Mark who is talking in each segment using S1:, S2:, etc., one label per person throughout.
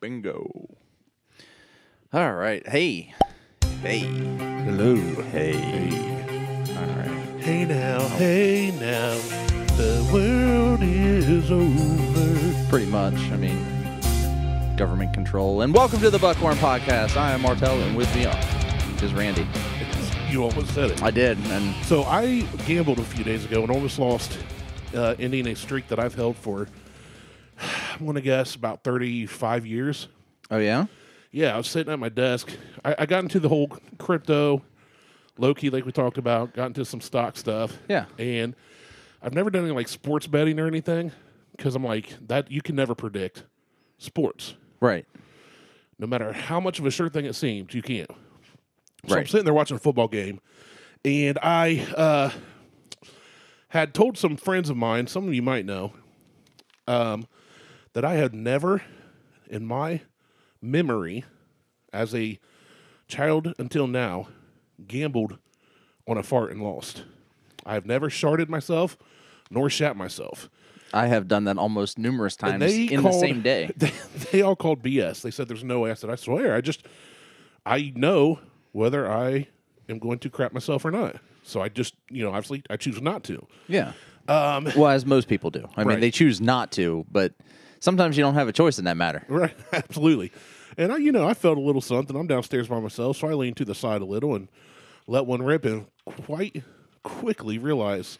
S1: Bingo.
S2: All right. Hey. Hey.
S1: Hello.
S2: Hey. All right.
S3: Hey now, hey now, the world is over.
S2: Pretty much. I mean, government control. And welcome to the Buckhorn Podcast. I am Martell, and with me is Randy.
S3: You almost said it.
S2: I did, and
S3: So I gambled a few days ago and almost lost, uh, ending a streak that I've held for, I'm going to guess, about 35 years.
S2: oh yeah.
S3: Yeah, I was sitting at my desk. I, I got into the whole crypto, low key, like we talked about, got into some stock stuff.
S2: Yeah.
S3: And I've never done any like sports betting or anything because I'm like, that you can never predict sports.
S2: Right.
S3: no matter how much of a sure thing it seems, you can't. So I'm
S2: Right.
S3: sitting there watching a football game, and I uh, had told some friends of mine, some of you might know, um, that I had never, in my memory, as a child until now, gambled on a fart and lost. I have never sharded myself, nor shat myself.
S2: I have done that almost numerous times
S3: They
S2: in the
S3: called-
S2: same day.
S3: They, they all called BS. They said there's no way. I said, I swear. I just, I know whether I am going to crap myself or not. So I just, you know, obviously I choose not to.
S2: Yeah. Um, well, as most people do. I mean,
S3: Right.
S2: they choose not to, but sometimes you don't have a choice in that matter.
S3: Right. Absolutely. And I, you know, I felt a little something. I'm downstairs by myself. So I leaned to the side a little and let one rip and quite quickly realize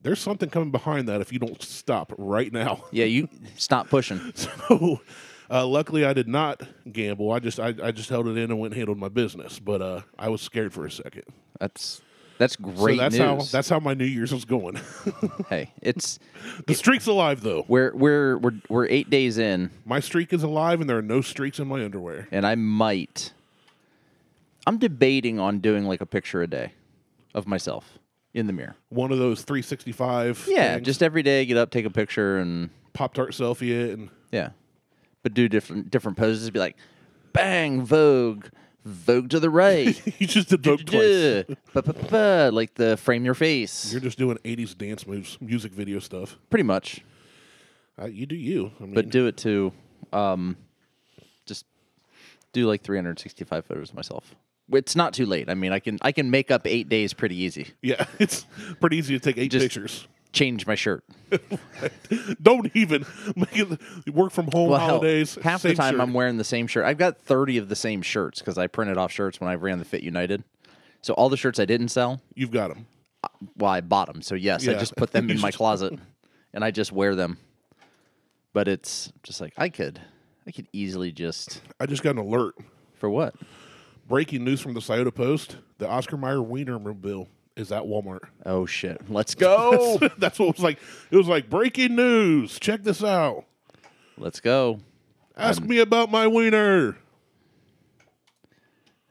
S3: there's something coming behind that if you don't stop right now.
S2: Yeah, you stop pushing.
S3: So, uh, luckily, I did not gamble. I just I, I just held it in and went and handled my business. But uh, I was scared for a second.
S2: That's that's great
S3: so that's
S2: news.
S3: how that's how my New Year's was going.
S2: hey, it's
S3: the streak's alive though.
S2: we're we're we're we're eight days in,
S3: My streak is alive, and there are no streaks in my underwear.
S2: and I might. I'm debating on doing like a picture a day of myself in the mirror.
S3: One of those 365.
S2: Yeah,
S3: things,
S2: just every day, get up, take a picture, and
S3: Pop Tart selfie it, and
S2: yeah, but do different different poses. Be like, bang, Vogue, Vogue to the right.
S3: you just did Vogue twice.
S2: Duh. Ba-ba-ba, like the frame your face.
S3: You're just doing 80s dance moves, music video stuff.
S2: Pretty much.
S3: Uh, you do you. I mean,
S2: But do it to um just do like 365 photos of myself. It's not too late. I mean, I can I can make up 8 days pretty easy.
S3: yeah, it's pretty easy to take eight
S2: Just-
S3: pictures.
S2: Change my shirt.
S3: Don't even make it work from home
S2: Well, hell,
S3: holidays.
S2: half the
S3: same
S2: time
S3: shirt.
S2: I'm wearing the same shirt. I've got 30 of the same shirts cuz I printed off shirts when I ran the Fit United. So all the shirts I didn't sell,
S3: You've got them.
S2: well, I bought them. So yes, I
S3: Yeah.
S2: just put them
S3: You
S2: in my
S3: just-
S2: closet, and I just wear them. But it's just like I could, I could easily just
S3: I just got an alert.
S2: for what?
S3: Breaking news from the Scioto Post: The Oscar Mayer Wienermobile is at Walmart.
S2: Oh shit, let's go,
S3: That's what it was like. It was like breaking news. Check this out.
S2: let's go,
S3: Ask me about my wiener.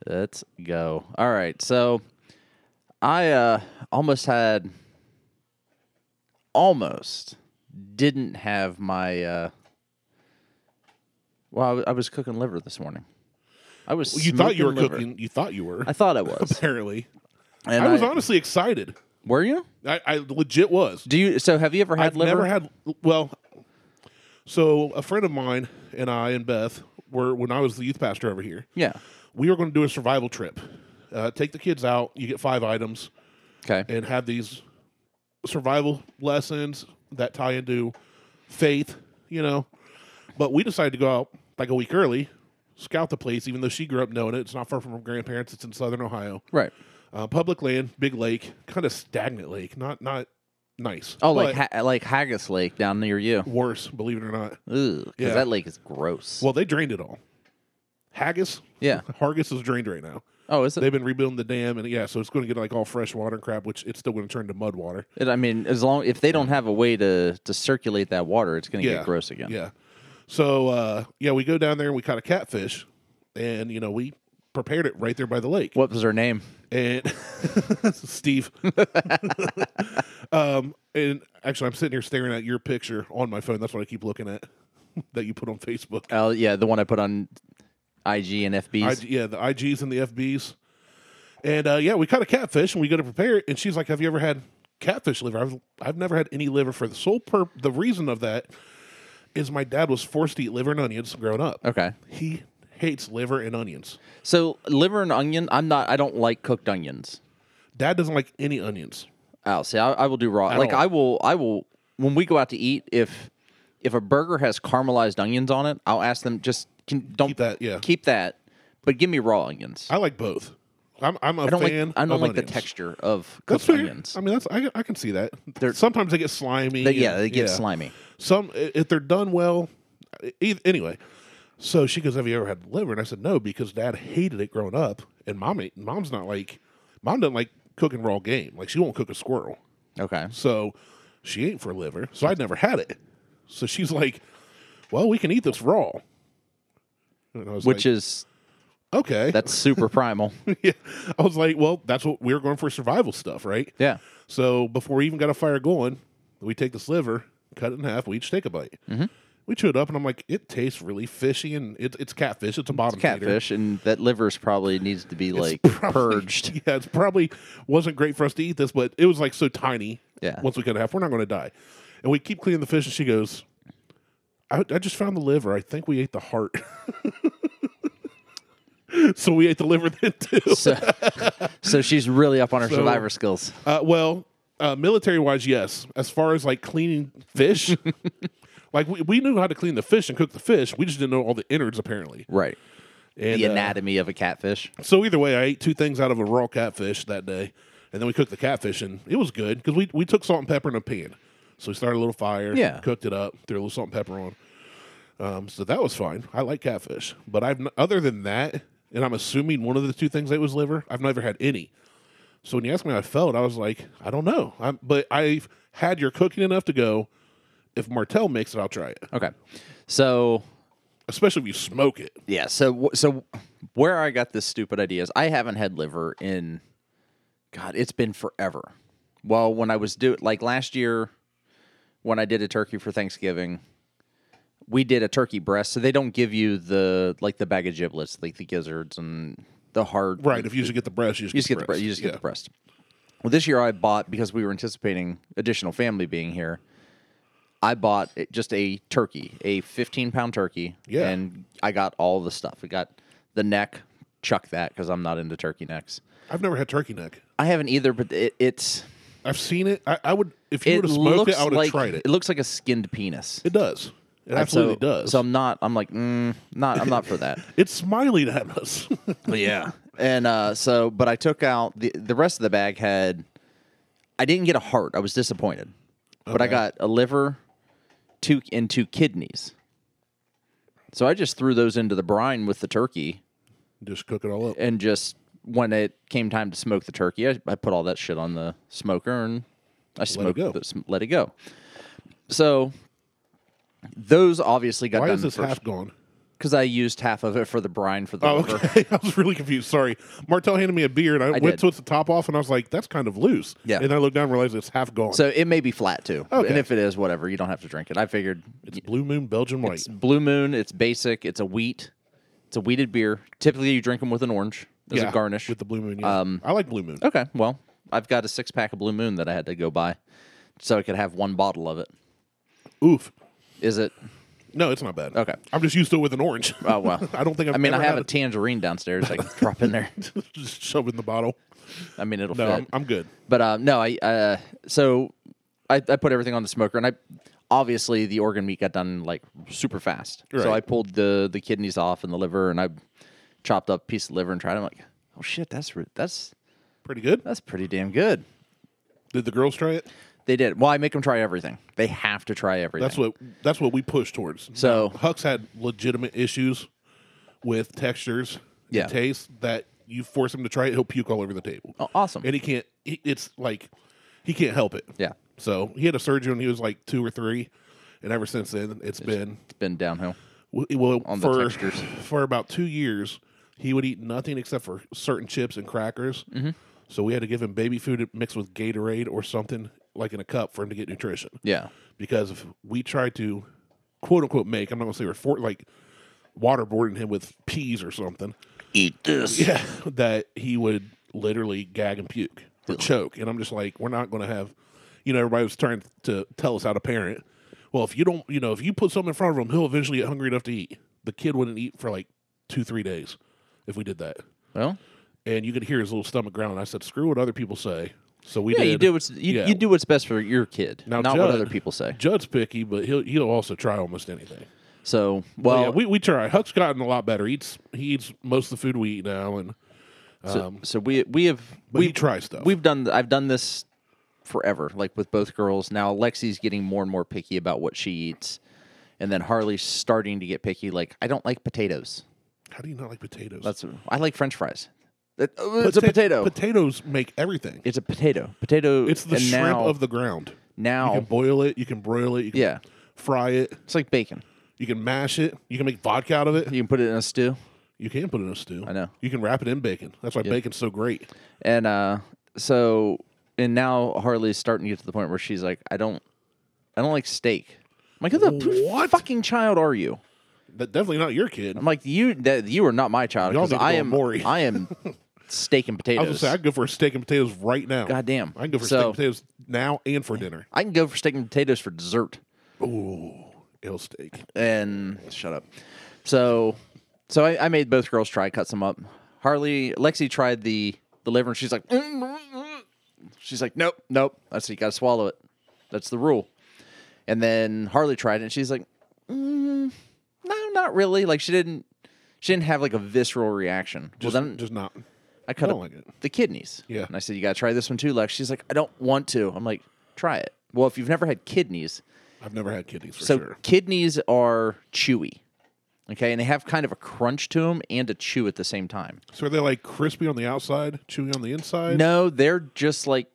S2: let's go. All right, so I uh, almost had, almost didn't have my. Uh, well, I w- I was cooking liver this morning. I was.
S3: You thought you were
S2: smoking liver.
S3: cooking. You thought you were.
S2: I thought I was.
S3: apparently,
S2: And
S3: I was honestly excited.
S2: Were you?
S3: I, I legit was.
S2: Do you? So have you ever had
S3: I've
S2: liver?
S3: never had. Well, so a friend of mine and I and Beth were when I was the youth pastor over here.
S2: Yeah.
S3: We were going to do a survival trip. Uh, take the kids out. You get five items.
S2: Okay.
S3: and have these survival lessons that tie into faith, you know. But we decided to go out like a week early, scout the place, even though she grew up knowing it. It's not far from her grandparents. It's in southern Ohio.
S2: Right.
S3: Uh, public land, big lake, kind of stagnant lake, not not nice.
S2: Oh, like
S3: but
S2: ha- like Haggis Lake down near you.
S3: worse, believe it or not.
S2: Ooh, because
S3: Yeah.
S2: that lake is gross.
S3: Well, they drained it all. Haggis,
S2: yeah.
S3: Hargis is drained right now.
S2: Oh, is it?
S3: They've been rebuilding the dam, and yeah, so it's going to get like all fresh water and crap, which it's still going to turn to mud water.
S2: It- I mean, as long if they don't have a way to to circulate that water, it's going to
S3: Yeah.
S2: get gross again.
S3: Yeah. So uh, yeah, we go down there and we caught a catfish, and you know we prepared it right there by the lake.
S2: What was her name?
S3: And Steve, um, and actually I'm sitting here staring at your picture on my phone. That's what I keep looking at that you put on Facebook.
S2: Oh, yeah, the one I put on IG and FBs.
S3: IG, yeah, the IGs and the FBs. And uh, yeah, we caught a catfish and we go to prepare it. And she's like, "Have you ever had catfish liver?" I've I've never had any liver for the sole pur- the reason of that is my dad was forced to eat liver and onions growing up.
S2: Okay.
S3: He hates liver and onions.
S2: So liver and onion. I'm not. I don't like cooked onions.
S3: Dad doesn't like any onions.
S2: Oh, see, I, I will do raw.
S3: At
S2: like
S3: all.
S2: I will. I will. When we go out to eat, if if a burger has caramelized onions on it, I'll ask them just can, don't
S3: Keep that, yeah.
S2: keep that, but give me raw onions. I,
S3: I like both. I'm I'm a
S2: don't like.
S3: fan.
S2: I don't
S3: of
S2: like
S3: onions.
S2: the texture of
S3: That's
S2: cooked
S3: fair.
S2: onions.
S3: I mean, that's I, I can see that.
S2: They're-
S3: Sometimes they get slimy.
S2: They- yeah,
S3: and-
S2: they get
S3: yeah.
S2: slimy.
S3: Some i- if they're done well. e- Anyway, so she goes, "Have you ever had liver?" And I said, "No," because Dad hated it growing up, and mom ate- mom's not like mom doesn't like cooking raw game. Like she won't cook a squirrel.
S2: Okay.
S3: So she ain't for liver. So I'd never had it. So she's like, well, we can eat this raw. And I was
S2: Which is
S3: like, okay.
S2: that's super primal.
S3: yeah. I was like, well, that's what we were going for survival stuff, right?
S2: Yeah.
S3: So before we even got a fire going, we take this liver, cut it in half, we each take a bite.
S2: Mm-hmm.
S3: We chew it up, and I'm like, it tastes really fishy, and it, it's catfish. It's a bottom feeder.
S2: Catfish and that liver's probably needs to be like purged.
S3: Yeah, it's probably wasn't great for us to eat this, but it was like so tiny.
S2: Yeah.
S3: Once we cut it half, we're not going to die. And we keep cleaning the fish, and she goes, I, I just found the liver. I think we ate the heart. so we ate the liver then, too.
S2: So, so she's really up on her survivor skills.
S3: Uh, well, uh, military wise, yes. As far as like cleaning fish, like we, we knew how to clean the fish and cook the fish. We just didn't know all the innards, apparently.
S2: Right.
S3: And,
S2: The
S3: uh,
S2: anatomy of a catfish.
S3: So either way, I ate two things out of a raw catfish that day, and then we cooked the catfish, and it was good because we we took salt and pepper in a pan. So we started a little fire,
S2: Yeah.
S3: cooked it up, threw a little salt and pepper on. Um, so that was fine. I like catfish, but I've n- other than that, and I'm assuming one of the two things that was liver. I've never had any. So when you asked me how I felt, I was like, I don't know. I'm, but I've had your cooking enough to go. If Martell makes it, I'll try it.
S2: Okay. So
S3: Especially if you smoke it.
S2: yeah. So wh- so where I got this stupid idea is I haven't had liver in God. It's been forever. Well, when I was do like last year, when I did a turkey for Thanksgiving, we did a turkey breast. So they don't give you the like the bag of giblets, like the gizzards and the hard
S3: Right. If you just get the breast, you just,
S2: You just get the breast. You just get the breast. Well, this year I bought because we were anticipating additional family being here. I bought it- just a turkey, a 15 pound turkey,
S3: Yeah.
S2: and I got all the stuff. I got the neck, chuck that because I'm not into turkey necks.
S3: Yeah. I've never had turkey neck.
S2: I haven't either, but it, it's
S3: I've seen it. I, I would if you
S2: it
S3: would have smoked
S2: looks
S3: it, I would have
S2: like
S3: tried it.
S2: it looks like a skinned penis.
S3: It does.
S2: And
S3: It
S2: so-
S3: absolutely does.
S2: So I'm not. I'm like, mm, not. I'm not for that.
S3: it's smiling at us.
S2: yeah. And uh, so, but I took out the the rest of the bag had. I didn't get a heart. I was disappointed, but I
S3: Okay.
S2: got a liver, two and two kidneys. So I just threw those into the brine with the turkey,
S3: Just cook it all up.
S2: and just when it came time to smoke the turkey, I, I put all that shit on the smoker and I smoked
S3: go.
S2: the sm- let it go. So those obviously got
S3: Why
S2: done
S3: is this half gone?
S2: because I used half of it for the brine for the
S3: Oh,
S2: liver.
S3: okay. I was really confused. Sorry. Martel handed me a beer, and I,
S2: did.
S3: went to twist the top off, and I was like, "That's kind of loose."
S2: Yeah.
S3: And I looked down and realized it's half gone.
S2: So it may be flat too. And
S3: Okay.
S2: if it is, whatever, you don't have to drink it. I figured
S3: it's Blue Moon Belgian White.
S2: it's Blue Moon, it's basic, it's a wheat, it's a wheated beer. Typically, you drink them with an orange as
S3: Yeah,
S2: a garnish. Um,
S3: with the Blue Moon. Yeah. I like Blue Moon.
S2: okay, well, I've got a six pack of Blue Moon that I had to go buy so I could have one bottle of it.
S3: Oof.
S2: Is it?
S3: No, it's not bad.
S2: Okay.
S3: I'm just used to it with an orange.
S2: Oh, well.
S3: I don't think I've
S2: I mean, I
S3: ever
S2: have
S3: had
S2: a tangerine downstairs I can drop in there.
S3: it. just shove it in the bottle.
S2: I mean, it'll
S3: No,
S2: fit.
S3: I'm, I'm good.
S2: But um, no, I uh, so I, I put everything on the smoker, and I obviously the organ meat got done like super fast. So
S3: Right.
S2: I pulled the the kidneys off and the liver, and I chopped up a piece of liver and tried. it. I'm like, oh shit, that's re- that's
S3: Pretty good.
S2: that's pretty damn good.
S3: Did the girls try it?
S2: They did. Well, I make them try everything. They have to try everything.
S3: That's what that's what we push towards.
S2: So-
S3: Now, Huck's had legitimate issues with textures,
S2: Yeah.
S3: and taste that you force him to try it, he'll puke all over the table,
S2: Oh, awesome.
S3: and he can't. He, it's like he can't help it.
S2: yeah,
S3: So he had a surgery when he was like two or three, and ever since then it's been
S2: it's been downhill.
S3: w- well
S2: on the
S3: for
S2: textures.
S3: for about two years he would eat nothing except for certain chips and crackers.
S2: Mm-hmm.
S3: So we had to give him baby food mixed with Gatorade or something like in a cup for him to get nutrition
S2: Yeah,
S3: because if we tried to quote unquote make I'm not gonna say we're for like waterboarding him with peas or something.
S2: eat this.
S3: Yeah. That he would literally gag and puke or choke. And I'm just like, we're not gonna have you know, everybody was trying to tell us how to parent. Well, if you don't, you know, if you put something in front of him, he'll eventually get hungry enough to eat. The kid wouldn't eat for like two, three days if we did that.
S2: Well,
S3: And you could hear his little stomach growling. I said, "Screw what other people say." So we
S2: yeah,
S3: did.
S2: you do what's you,
S3: Yeah.
S2: you do what's best for your kid,
S3: Now,
S2: not what
S3: Judd-
S2: other people say.
S3: Judd's picky, but he'll he'll also try almost anything.
S2: So,
S3: Well,
S2: well,
S3: yeah, we, we try. Huck's gotten a lot better. He eats he eats most of the food we eat now, and
S2: so, so we we have
S3: um, but he
S2: we
S3: tries stuff.
S2: we've done I've done this forever, like with both girls. Now Lexi's getting more and more picky about what she eats, and then Harley's starting to get picky. Like I don't like potatoes.
S3: How do you not like potatoes?
S2: That's I like French fries. That- oh, it's a
S3: Pota-
S2: potato.
S3: Potatoes make everything.
S2: it's a potato. Potato.
S3: It's the
S2: and
S3: shrimp
S2: now,
S3: of the ground. You can
S2: now.
S3: boil it. You can broil it. You can
S2: Yeah,
S3: fry it.
S2: it's like bacon.
S3: You can mash it. You can make vodka out of it.
S2: You can put it in a stew.
S3: You can put it in a stew.
S2: I know.
S3: You can wrap it in bacon. That's why bacon's so great.
S2: And uh, so and now Harley's starting to get to the point where she's like, I don't, I don't like steak. I'm like, who the
S3: What?
S2: fucking child are you?
S3: That definitely not your kid.
S2: I'm like, you that you are not my child
S3: Y'all
S2: because
S3: need to
S2: I
S3: go
S2: am
S3: Maury.
S2: I am steak and
S3: I was gonna
S2: potatoes.
S3: say I'd go for a steak and potatoes right now.
S2: God damn.
S3: I can go for steak
S2: so
S3: and potatoes now and for dinner.
S2: I can go for steak and potatoes for dessert.
S3: Ooh, ill steak.
S2: and shut up. So, so I, I made both girls try, cut some up. Harley, Lexi tried the the liver, and she's like, "Mm, mm, mm." she's like, nope, nope. I said, you gotta swallow it. That's the rule. And then Harley tried it, and she's like, mm, no, not really. Like she didn't, she didn't have like a visceral reaction.
S3: Just,
S2: well, then
S3: just not.
S2: I cut
S3: don't
S2: up
S3: like it.
S2: the kidneys.
S3: Yeah.
S2: and I said, you gotta try this one too, Lex. She's like, I don't want to. I'm like, try it. Well, if you've never had kidneys,
S3: I've never had kidneys for
S2: so
S3: sure.
S2: kidneys are chewy, okay, and they have kind of a crunch to them and a chew at the same time.
S3: So are they like crispy on the outside, chewy on the inside?
S2: No, they're just like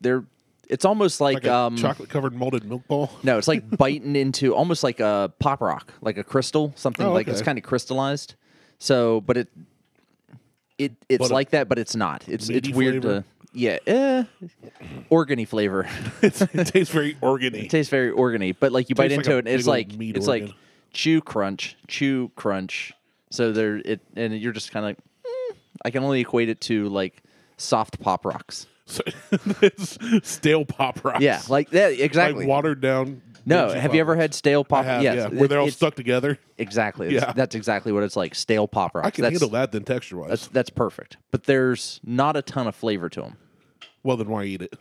S2: they're. It's almost like,
S3: like a
S2: um.
S3: chocolate covered molded milk ball.
S2: no, it's like biting into almost like a pop rock, like a crystal, something
S3: Oh,
S2: like it's
S3: okay.
S2: kind of crystallized. So, but it it it's
S3: But a-
S2: like that, but it's not. It's it's
S3: Meaty
S2: weird
S3: flavor?
S2: to yeah, eh, organy flavor.
S3: It's- it tastes very organy.
S2: It tastes very organy, but like you bite
S3: Tastes like
S2: into it,
S3: a
S2: and it's
S3: big old
S2: like
S3: meat
S2: it's
S3: organ.
S2: like chew crunch, chew crunch. So there, it and you're just kind of like, "Mm." I can only equate it to like soft pop rocks.
S3: So it's stale pop rocks.
S2: Yeah, like that
S3: Like
S2: exactly.
S3: watered down.
S2: no,
S3: dingy
S2: have you
S3: Pop
S2: ever
S3: Rocks.
S2: had stale pop?
S3: I have,
S2: yes,
S3: yeah, where
S2: it-
S3: they're all
S2: it's-
S3: stuck together.
S2: Exactly. It's-
S3: Yeah.
S2: that's exactly what it's like. Stale pop rocks.
S3: I can
S2: that's,
S3: handle that then texture wise.
S2: That's that's perfect. But there's not a ton of flavor to them.
S3: Well, then why eat it?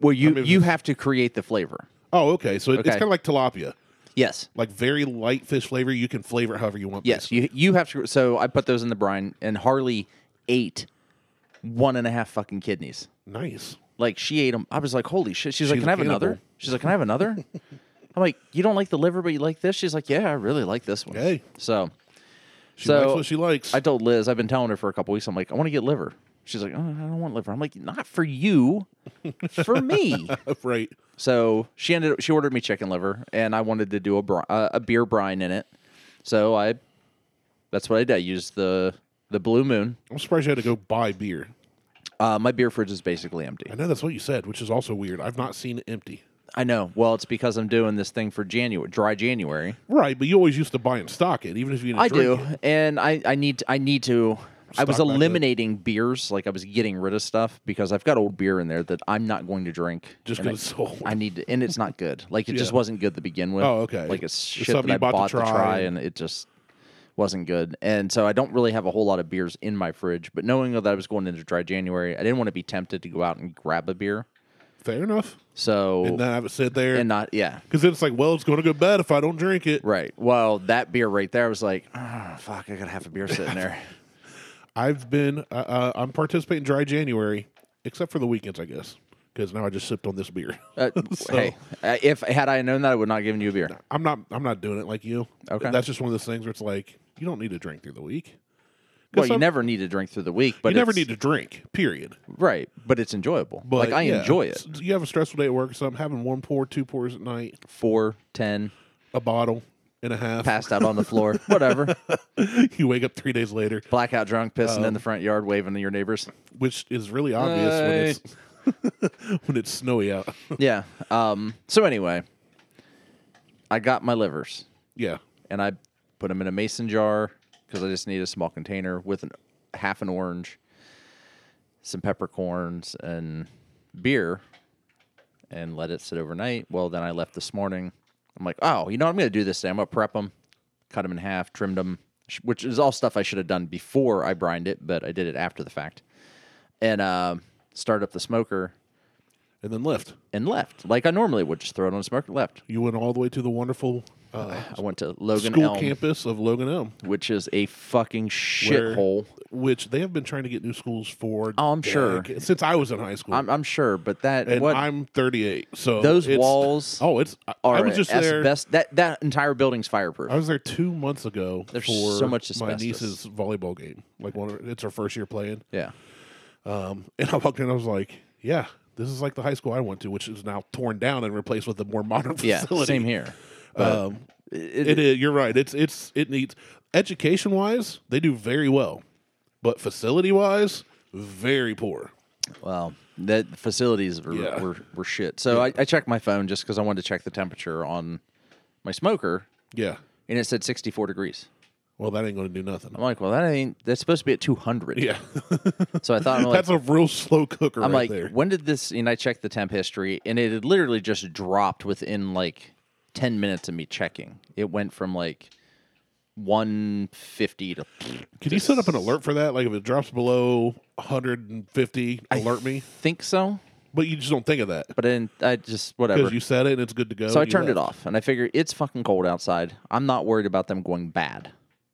S2: Well, you
S3: mean, if
S2: you have to create the flavor.
S3: Oh, okay. So it-
S2: Okay.
S3: it's kind of like tilapia,
S2: Yes.
S3: like very light fish flavor. You can flavor it however you want.
S2: Yes,
S3: You,
S2: you you have to. So I put those in the brine, and Harley ate one and a half fucking kidneys.
S3: nice.
S2: Like she ate them. I was like, holy shit. She's, like,
S3: She's
S2: can
S3: a
S2: I have another?
S3: cannibal.
S2: She's like, can I have another? I'm like, you don't like the liver, but you like this. She's like, yeah, I really like this one.
S3: Hey.
S2: So
S3: She
S2: So,
S3: likes what she likes.
S2: I told Liz, I've been telling her for a couple weeks. I'm like, I want to get liver. She's like, oh, I don't want liver. I'm like, not for you, for me.
S3: right.
S2: So she ended up, she ordered me chicken liver, and I wanted to do a bri- uh, a beer brine in it. So I, that's what I did. I used the the Blue Moon.
S3: I'm surprised you had to go buy beer.
S2: Uh, my beer fridge is basically empty.
S3: I know that's what you said, which is also weird. I've not seen it empty.
S2: I know. Well, it's because I'm doing this thing for January, dry January.
S3: Right, but you always used to buy and stock it, even if you didn't
S2: I
S3: drink
S2: do,
S3: it.
S2: and I I need to, I need to. I was
S3: Stock back up.
S2: eliminating beers, like I was getting rid of stuff because I've got old beer in there that I'm not going to drink.
S3: Just
S2: and I-
S3: because it's old.
S2: I need to, and it's not good. Like it just
S3: Yeah.
S2: wasn't good to begin with.
S3: Oh, okay.
S2: Like it's
S3: It's
S2: shit
S3: something
S2: that I
S3: you bought to
S2: bought to try,
S3: try
S2: and
S3: and-
S2: it just wasn't good. And so I don't really have a whole lot of beers in my fridge. But knowing that I was going into dry January, I didn't want to be tempted to go out and grab a beer.
S3: Fair enough.
S2: So
S3: And then I have it sit there.
S2: and not yeah.
S3: Because then it's like, well, it's going to go bad if I don't drink it.
S2: Right. Well, that beer right there, I was like, oh, fuck, I got to have a beer sitting there.
S3: I've been, uh, uh, I'm participating in dry January, except for the weekends, I guess, because now I just sipped on this beer.
S2: Uh,
S3: So-
S2: Hey, uh, if had I known that, I would not have given you a beer.
S3: I'm not, I'm not doing it like you.
S2: Okay.
S3: That's just one of those things where it's like, you don't need to drink through the week. 'Cause
S2: Well, you
S3: I'm-
S2: never need to drink through the week, but
S3: you never
S2: it's-
S3: need to drink, period.
S2: Right, but it's enjoyable.
S3: But
S2: like I
S3: yeah,
S2: enjoy it.
S3: s- You have a stressful day at work, so I'm having one pour, two pours at night,
S2: Four, ten,
S3: a bottle and a half.
S2: passed out on the floor, whatever.
S3: you wake up three days later,
S2: blackout drunk, pissing in the front yard, waving to your neighbors.
S3: which is really obvious when it's when it's snowy out.
S2: Yeah. Um, so anyway, I got my livers
S3: yeah,
S2: and I put them in a mason jar because I just need a small container with an, half an orange, some peppercorns, and beer, and let it sit overnight. Well, then I left this morning. I'm like, oh, you know, what I'm going to do this today. I'm going to prep them, cut them in half, trimmed them, which is all stuff I should have done before I brined it, but I did it after the fact. And uh, started up the smoker
S3: and then left.
S2: and left, like I normally would, just throw it on the smoker, left.
S3: You went all the way to the wonderful uh,
S2: I went to Logan
S3: school
S2: Elm,
S3: campus of Logan Elm,
S2: which is a fucking shithole.
S3: which they have been trying to get new schools for.
S2: Oh, I'm sure.
S3: dec- since I was in high school,
S2: I'm, I'm sure, but that
S3: and
S2: what
S3: I'm 38. So
S2: Those
S3: it's-
S2: walls
S3: Oh, it's. I, I
S2: are
S3: was just there.
S2: asbest- That that entire building's fireproof.
S3: I was there two months ago
S2: There's
S3: for
S2: so much
S3: my
S2: asbestos.
S3: niece's volleyball game. Like one, of- it's her first year playing,
S2: yeah,
S3: um, and I walked in. I was like, "Yeah, this is like the high school I went to, which is now torn down and replaced with a more modern
S2: yeah,
S3: facility."
S2: same here.
S3: Um,
S2: It-
S3: it is. You're right. It's it's it needs education wise. They do very well, but facility wise, very poor.
S2: Well, the facilities were,
S3: Yeah.
S2: were, were shit. So I, I checked my phone just because I wanted to check the temperature on my smoker,
S3: Yeah.
S2: and it said 64 degrees.
S3: Well, that ain't going to do nothing.
S2: I'm like, well, that ain't. That's supposed to be at 200.
S3: Yeah,
S2: So I thought, I'm like,
S3: that's a real slow cooker
S2: I'm
S3: right
S2: like,
S3: there.
S2: when did this? And I checked the temp history, and it had literally just dropped within like 10 minutes of me checking. It went from like 150 to.
S3: Can you set up an alert for that? Like if it drops below 150, alert me.
S2: Think so,
S3: But you just don't think of that
S2: but then I just whatever.
S3: because you said it and it's good to go.
S2: so I
S3: and you
S2: turned it
S3: left.
S2: off, and I figure it's fucking cold outside. I'm not worried about them going bad.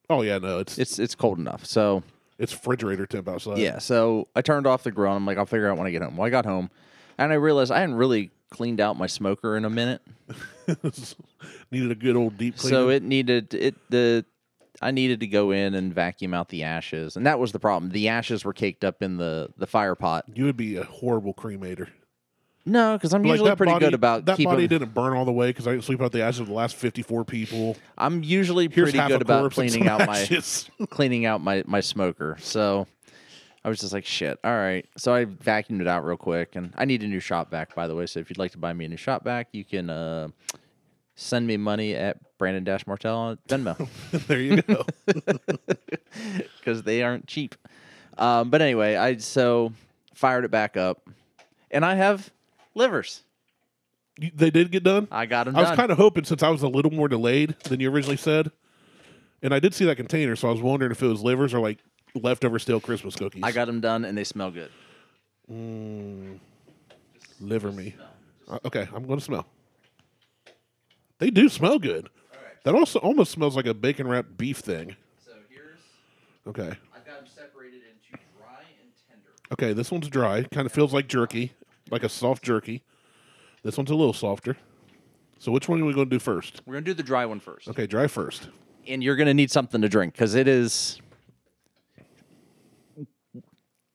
S3: Oh yeah, no, it's it's,
S2: It's it's cold enough. So
S3: refrigerator temp outside.
S2: Yeah, so I turned off the grill. And I'm like, I'll figure it out when I get home. Well, I got home, and I realized I hadn't really cleaned out my smoker in a minute,
S3: needed a good old deep clean.
S2: so it needed it the. I needed to go in and vacuum out the ashes, and that was the problem. The ashes were caked up in the the fire pot.
S3: you would be a horrible cremator.
S2: No, because I'm usually
S3: that
S2: pretty
S3: body-
S2: good about
S3: that body
S2: keeping.
S3: didn't burn all the way because I didn't sleep out the ashes of the last 54 people.
S2: I'm usually
S3: Here's
S2: pretty
S3: half
S2: good
S3: a
S2: about
S3: corpse and
S2: cleaning
S3: some
S2: out my
S3: ashes.
S2: cleaning out my my smoker. So I was just like, shit. All right. So I vacuumed it out real quick, and I need a new shop vac, by the way. So if you'd like to buy me a new shop vac, you can uh, send me money at Brandon Dash Martell on Venmo
S3: there you go.
S2: because they aren't cheap. Um, but anyway, I so fired it back up, and I have livers.
S3: You- they did get done.
S2: I got them
S3: I
S2: done.
S3: was kind of hoping since I was a little more delayed than you originally said, and I did see that container, so I was wondering if it was livers or like leftover stale Christmas cookies.
S2: I got them done, and they smell good.
S3: liver me. Uh, okay, I'm going to smell. They do smell good. That also almost smells like a bacon wrapped beef thing.
S2: So here's
S3: Okay,
S2: I've got them separated into dry and tender.
S3: okay, this one's dry. Kind of feels like jerky, like a soft jerky. This one's a little softer. So which one are we going to do first?
S2: We're gonna do the dry one first.
S3: Okay, dry first.
S2: and you're going to need something to drink because it is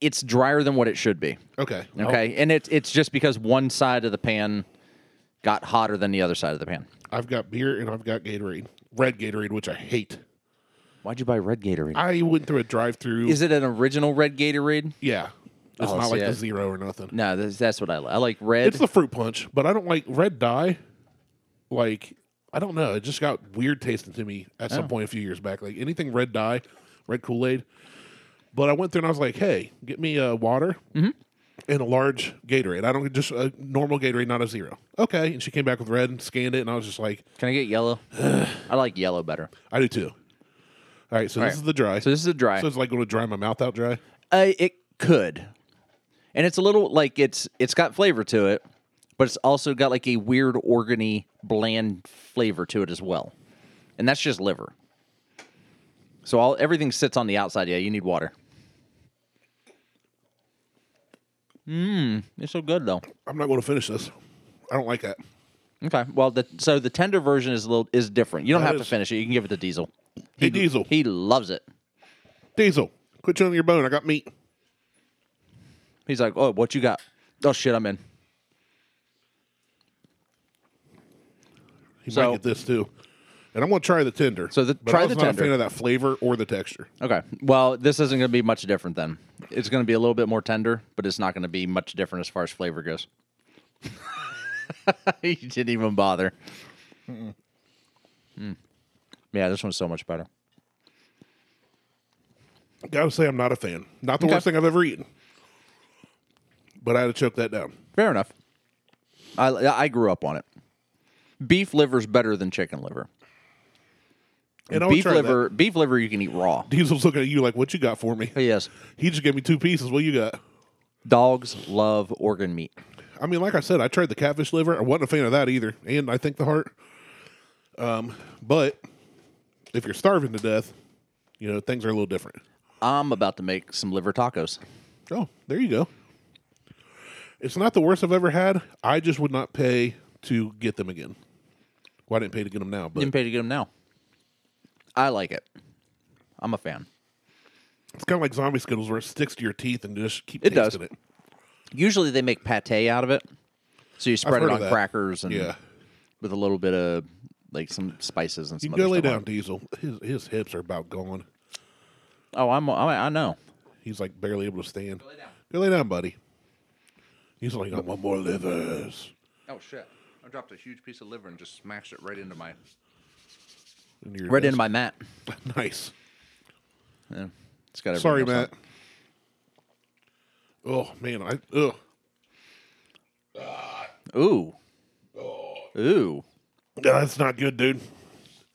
S2: it's drier than what it should be
S3: Okay. I'll-
S2: okay and it's it's just because one side of the pan got hotter than the other side of the pan
S3: I've got beer and I've got Gatorade, red Gatorade, which I hate.
S2: why'd you buy red gatorade
S3: I went through a drive-through.
S2: is it an original red gatorade
S3: yeah, it's
S2: Oh,
S3: not like
S2: see, I-
S3: the zero or nothing.
S2: no that's, that's what i like i like red
S3: It's the fruit punch, but I don't like red dye. Like I don't know, it just got weird tasting to me at
S2: Oh.
S3: some point a few years back. Like anything red dye, red Kool Aid. But I went through and I was like, "Hey, get me a water
S2: Mm-hmm.
S3: and a large Gatorade. I don't just a normal Gatorade, not a zero. Okay. And she came back with red and scanned it, and I was just like,
S2: can i get yellow i like yellow better
S3: "I do too." All right, so this
S2: right.
S3: is the dry.
S2: so this is a dry
S3: So it's like going to dry my mouth out dry.
S2: Uh, it could, and it's a little like it's it's got flavor to it, but it's also got like a weird organy bland flavor to it as well, and that's just liver. So all everything sits on the outside. Yeah, you need water. Mmm, it's so good though.
S3: I'm not going to finish this. I don't like that.
S2: Okay, well, the so the tender version is a little is different. You don't
S3: That
S2: have to
S3: is-
S2: finish it. You can give it to Diesel.
S3: Hey, Diesel.
S2: He loves it.
S3: Diesel, quit chewing on your bone. I got meat.
S2: He's like, oh, what you got? Oh shit, I'm in.
S3: He
S2: So-
S3: might get this too. And I'm going to try the tender.
S2: So the-
S3: but
S2: try
S3: I was
S2: the
S3: not
S2: tender.
S3: a fan of that flavor or the texture.
S2: Okay. Well, this isn't going to be much different then. It's going to be a little bit more tender, but it's not going to be much different as far as flavor goes. you didn't even bother. Mm. Yeah, this one's so much better.
S3: Got to say, I'm not a fan. Not the
S2: Okay.
S3: worst thing I've ever eaten. But I had to choke that down.
S2: Fair enough. I I grew up on it. beef liver's better than chicken liver.
S3: And I would
S2: beef
S3: try that.
S2: liver, beef liver, you can eat raw.
S3: Diesel's looking at you like, "What you got for me?"
S2: Yes,
S3: He just gave me two pieces. What you got?
S2: dogs love organ meat.
S3: I mean, like I said, I tried the catfish liver. I wasn't a fan of that either, and I think the heart. Um, but if you're starving to death, you know things are a little different.
S2: I'm about to make some liver tacos.
S3: Oh, there you go. It's not the worst I've ever had. I just would not pay to get them again. Well, I didn't pay to get them now, but
S2: Didn't pay to get them now. I like it. I'm a fan.
S3: it's kind of like zombie skittles, where it sticks to your teeth and you just keep
S2: It does.
S3: tasting it.
S2: Usually they make pate out of it, so you spread
S3: heard
S2: it
S3: of
S2: on
S3: that.
S2: crackers and
S3: Yeah.
S2: with a little bit of like some spices and some.
S3: You
S2: other
S3: go lay
S2: stuff on
S3: down, Diesel. His his hips are about gone.
S2: it. Oh, I'm. I I know.
S3: He's like barely able to stand. Go lay down, go lay down buddy. He's like, I want more livers.
S1: Oh shit! I dropped a huge piece of liver and just smashed it right into my.
S3: And you're
S2: Right into my mat.
S3: nice.
S2: Yeah, it's got. everything
S3: Sorry,
S2: else on
S3: Matt.
S2: it.
S3: Oh man, I ugh.
S2: Ooh. Ooh.
S3: that's not good, dude.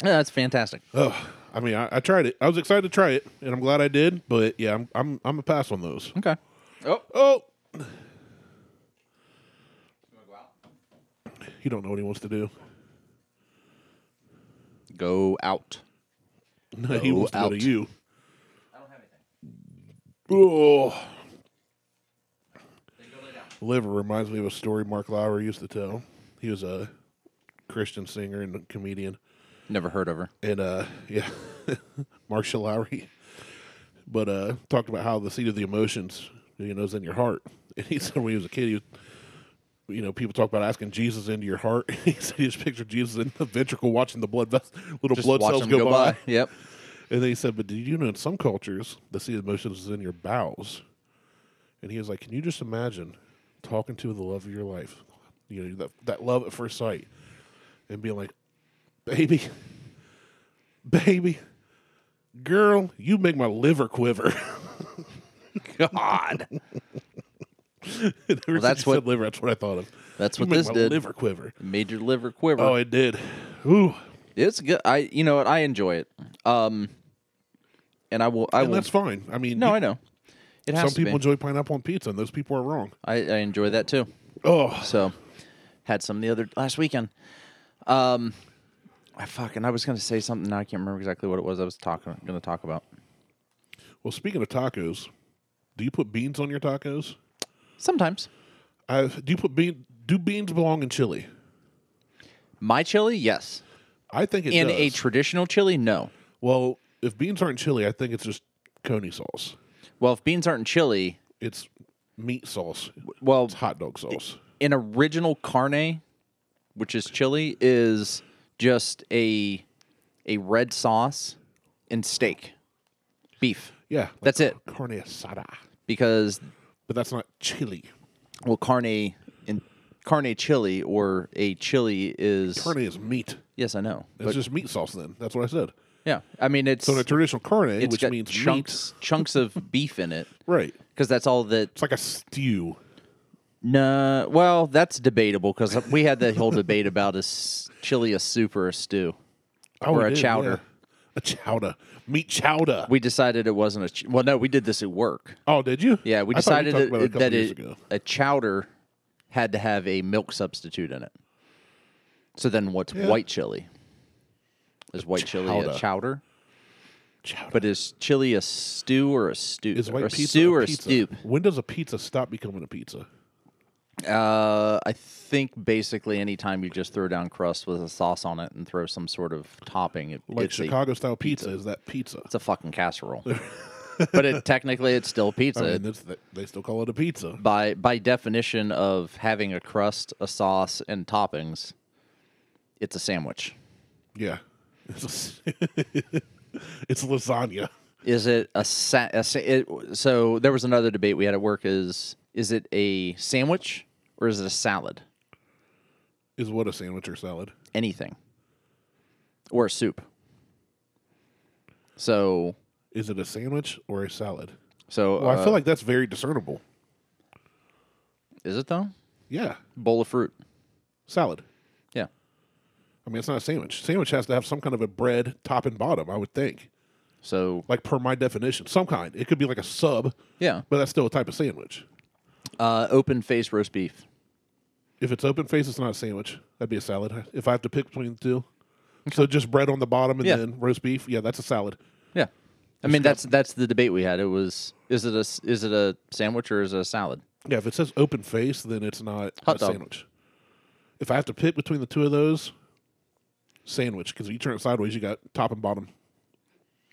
S2: Yeah, that's fantastic.
S3: Oh, I mean, I, I tried it. I was excited to try it, and I'm glad I did. But yeah, I'm I'm I'm a pass on those.
S2: Okay.
S1: Oh.
S3: Oh, you don't know what he wants to do.
S2: Go out.
S3: No, he
S2: Go
S3: wants to go to
S2: out.
S3: you.
S1: I don't have anything.
S3: Oh,
S1: Then go lay down.
S3: liver reminds me of a story Mark Lauer used to tell. He was a Christian singer and comedian.
S2: Never heard of her.
S3: and uh yeah marsha lowry but uh talked about how the seat of the emotions you know is in your heart and he said when he was a kid he was, you know people talk about asking jesus into your heart he said he just pictured jesus in the ventricle watching the blood vessels little
S2: Just
S3: blood
S2: watch
S3: cells
S2: them
S3: go, by.
S2: Yep.
S3: and then he said but did you know in some cultures the seat of the emotions is in your bowels and he was like can you just imagine talking to the love of your life you know that, that love at first sight and being like baby, baby, girl, you make my liver quiver.
S2: God.
S3: well,
S2: that's what-
S3: said liver. That's what I thought of.
S2: That's
S3: you
S2: what
S3: make
S2: this
S3: my
S2: did. Uh,
S3: Liver quiver.
S2: Made your liver quiver.
S3: Oh, it did. Ooh,
S2: It's good. I you know what I enjoy it. Um, and I will. I
S3: and
S2: will.
S3: that's fine. I mean,
S2: No,
S3: you-
S2: I know. It has
S3: some
S2: to
S3: people
S2: be.
S3: enjoy pineapple on pizza, and those people are wrong.
S2: I, I enjoy that too.
S3: Oh,
S2: So had some the other last weekend. Um, I fucking I was gonna say something. Now I can't remember exactly what it was. I was talking gonna talk about
S3: well. Speaking of tacos, do you put beans on your tacos?
S2: sometimes
S3: I do you put bean? Do beans belong in chili?
S2: my chili. Yes,
S3: I think it
S2: in
S3: does.
S2: a traditional chili, no.
S3: well, if beans aren't chili, I think it's just coney sauce.
S2: Well, if beans aren't chili,
S3: It's meat sauce.
S2: well,
S3: It's hot dog sauce.
S2: an original carne, which is chili, is just a a red sauce and steak, beef,
S3: Yeah, like
S2: That's it.
S3: Carne asada,
S2: because
S3: but that's not chili.
S2: well, carne in carne chili or a chili is
S3: Carne is meat.
S2: yes, I know,
S3: It's
S2: but
S3: just meat sauce. Then that's what I said.
S2: yeah, I mean it's
S3: So in a traditional carne,
S2: it's
S3: which
S2: got
S3: means
S2: chunks chunks of beef in it
S3: meat, right?
S2: because that's all that
S3: It's like a stew.
S2: No, well, that's debatable because we had that whole debate about is chili a soup or a stew.
S3: Oh,
S2: Or
S3: it
S2: a chowder.
S3: yeah. A chowder, meat chowder.
S2: We decided it wasn't a ch- well. No, we did this at work.
S3: oh, did you?
S2: Yeah, we
S3: I thought
S2: decided
S3: you talked
S2: that,
S3: about it a couple
S2: that
S3: years
S2: it-
S3: ago.
S2: a chowder had to have a milk substitute in it. So then, what's white chili? Is white chili a
S3: chowder.
S2: chowder?
S3: Chowder.
S2: But is chili a stew or a stew?
S3: is
S2: or
S3: white
S2: a
S3: pizza
S2: stew
S3: a
S2: or
S3: pizza?
S2: a stoop?
S3: When does a pizza stop becoming a pizza?
S2: Uh, I think basically anytime you just throw down crust with a sauce on it and throw some sort of topping, it,
S3: Like
S2: it's a
S3: Chicago style pizza, is that pizza?
S2: It's a fucking casserole. but it technically it's still pizza.
S3: I mean, that's, that, they still call it a pizza.
S2: by by definition of having a crust, a sauce, and toppings, it's a sandwich.
S3: Yeah, it's, a, it's lasagna.
S2: Is it a, sa- a sa- it, so there was another debate we had at work is is it a sandwich or is it a salad?
S3: Is what a sandwich or salad?
S2: Anything. Or a soup. So
S3: Is it a sandwich or a salad?
S2: so
S3: Well, I feel
S2: uh,
S3: like that's very discernible.
S2: is it though?
S3: Yeah,
S2: Bowl of fruit.
S3: salad.
S2: Yeah.
S3: I mean, it's not a sandwich. Sandwich has to have some kind of a bread top and bottom, I would think,
S2: So
S3: like per my definition, some kind. It could be like a sub,
S2: yeah,
S3: but that's still a type of sandwich.
S2: uh, open face roast beef.
S3: If it's open face, it's not a sandwich. That'd be a salad. If I have to pick between the two, so just bread on the bottom and
S2: Yeah.
S3: then roast beef. Yeah, that's a salad.
S2: Yeah, I mean that's that's the debate we had. It was is it a s- is it a sandwich or is it a salad?
S3: Yeah, if it says open face, then it's not
S2: Hot
S3: a
S2: dog.
S3: sandwich. If I have to pick between the two of those, sandwich. Because if you turn it sideways, you got top and bottom.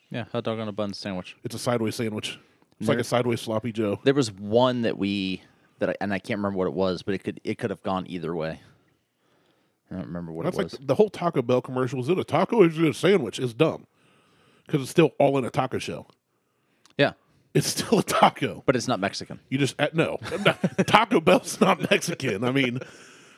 S2: Yeah, hot dog on a bun sandwich.
S3: It's a sideways sandwich. It's like a sideways sloppy Joe.
S2: There was one that we that I, and I can't remember what it was, but it could it could have gone either way. I don't remember what
S3: That's
S2: it
S3: like
S2: was.
S3: the whole Taco Bell commercial. Is it a taco or is it a sandwich? It's dumb. Because it's still all in a taco shell.
S2: yeah,
S3: It's still a taco.
S2: but it's not Mexican.
S3: You just uh, no Taco Bell's not Mexican. I mean,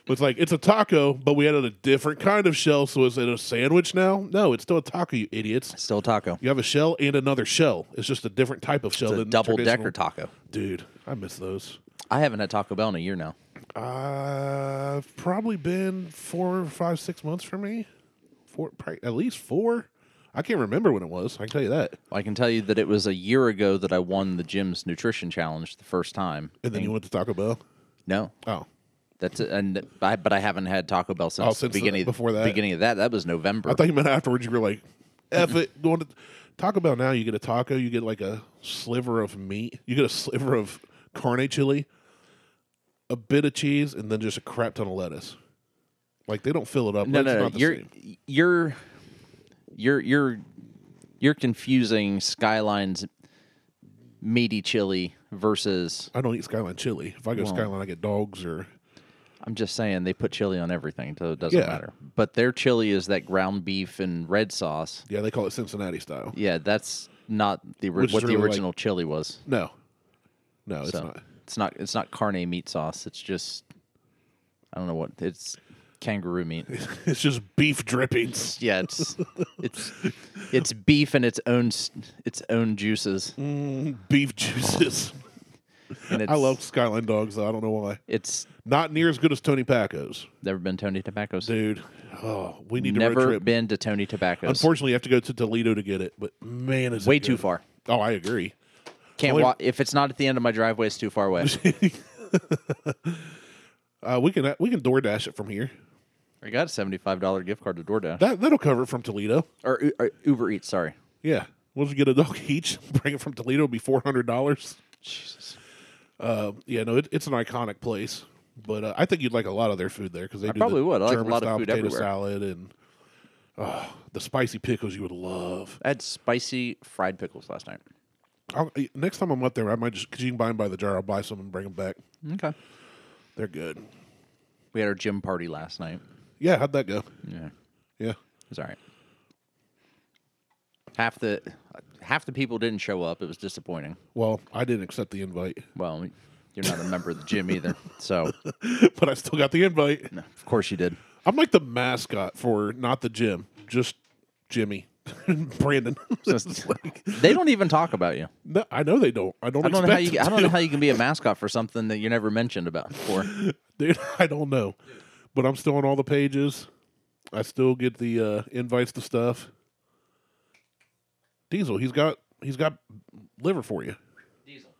S3: it's like it's a taco, but we added a different kind of shell. So is it a sandwich now? No, it's still a taco. You idiots!
S2: Still taco.
S3: You have a shell and another shell. It's just a different type of shell.
S2: It's a
S3: than the
S2: double decker
S3: traditional-
S2: taco.
S3: Dude, I miss those.
S2: I haven't had Taco Bell in a year now.
S3: I've Uh, probably been four, five, six months for me. Four, pri- at least four. I can't remember when it was. I can tell you that.
S2: I can tell you that it was a year ago that I won the gym's nutrition challenge the first time.
S3: And then you went to Taco Bell.
S2: No,
S3: Oh,
S2: that's it. and I but I haven't had Taco Bell since,
S3: Oh, since the-
S2: beginning
S3: before that?
S2: beginning of that. That was November.
S3: I thought you meant afterwards. You were like, "F it." Going to Taco Bell now, you get a taco. You get like a sliver of meat. You get a sliver of carne chili, a bit of cheese, and then just a crap ton of lettuce. Like they don't fill it up.
S2: no,
S3: It's
S2: no, no.
S3: not the
S2: You're,
S3: same.
S2: you're you're you're you're confusing Skyline's meaty chili versus.
S3: I don't eat Skyline chili. If I go Skyline, I get dogs or
S2: I'm just saying they put chili on everything, so it doesn't
S3: Yeah.
S2: matter. But their chili is that ground beef and red sauce.
S3: yeah, they call it Cincinnati style.
S2: Yeah, that's not the ori-
S3: Which is
S2: what the
S3: really like-
S2: original chili was.
S3: No, no, it's
S2: So
S3: not.
S2: it's not it's not carne meat sauce. It's just I don't know what it's kangaroo meat.
S3: It's just beef drippings.
S2: yeah, it's it's it's beef and its own s- its own juices.
S3: Beef juices.
S2: And it's,
S3: I love Skyline dogs. though. I don't know why.
S2: It's
S3: Not near as good as Tony Paco's,
S2: never been Tony Tobacco's.
S3: dude. Oh, we need to road
S2: never
S3: trip.
S2: been to Tony Tobacco's.
S3: Unfortunately, you have to go to Toledo to get it, but man, is it
S2: Way too
S3: good.
S2: far.
S3: Oh, I agree.
S2: Can't
S3: Only-
S2: wa- if it's not at the end of my driveway, it's too far away.
S3: Uh, we can we can DoorDash it from here.
S2: I got a seventy-five dollar gift card to DoorDash
S3: That that'll cover it from Toledo.
S2: or, U- or Uber Eats. Sorry,
S3: Yeah, we'll just get a dog each. Bring it from Toledo. It'll be four hundred dollars.
S2: Jesus.
S3: Uh, yeah, no, it, it's an iconic place, but uh, I think you'd like a lot of their food there because they do the
S2: probably would. I like a
S3: German
S2: lot of
S3: style
S2: food
S3: potato
S2: everywhere.
S3: salad and oh, the spicy pickles you would love.
S2: I had spicy fried pickles last night.
S3: I'll, next time I'm up there, I might just because you can buy them by the jar. I'll buy some and bring them back.
S2: Okay,
S3: They're good.
S2: we had our gym party last night.
S3: Yeah, how'd that go?
S2: Yeah.
S3: Yeah,
S2: It was all right. Half the half the people didn't show up. It was disappointing.
S3: well, I didn't accept the invite,
S2: Well, you're not a member of the gym either, so
S3: but I still got the invite.
S2: of course you did.
S3: I'm like the mascot for not the gym, just Jimmy, Brandon. It's like-
S2: They don't even talk about you.
S3: no, I know they don't. I don't.
S2: I don't know how you.
S3: expect
S2: I
S3: them
S2: don't know
S3: to.
S2: how you can be a mascot for something that you're never mentioned about before.
S3: Dude, I don't know. But I'm still on all the pages. I still get the uh, invites to stuff. Diesel, he's got he's got liver for you.
S2: Diesel.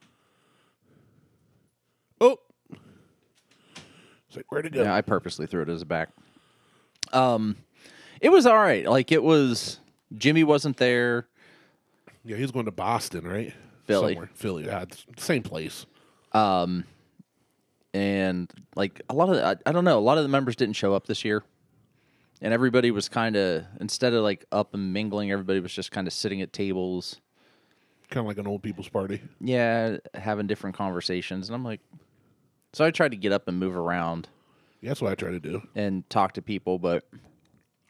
S3: Oh. It's like where'd it go?
S2: Yeah, I purposely threw it as a back. Um, it was all right. Like it was. Jimmy wasn't there.
S3: Yeah, he's going to Boston, right?
S2: Philly.
S3: Somewhere. Philly. Yeah, it's the same place.
S2: and like a lot of the, I, I don't know a lot of the members didn't show up this year and everybody was kind of instead of like up and mingling everybody was just kind of sitting at tables
S3: Kind of like an old people's party.
S2: yeah having different conversations and i'm like so i tried to get up and move around
S3: Yeah, that's what I try to do,
S2: and talk to people but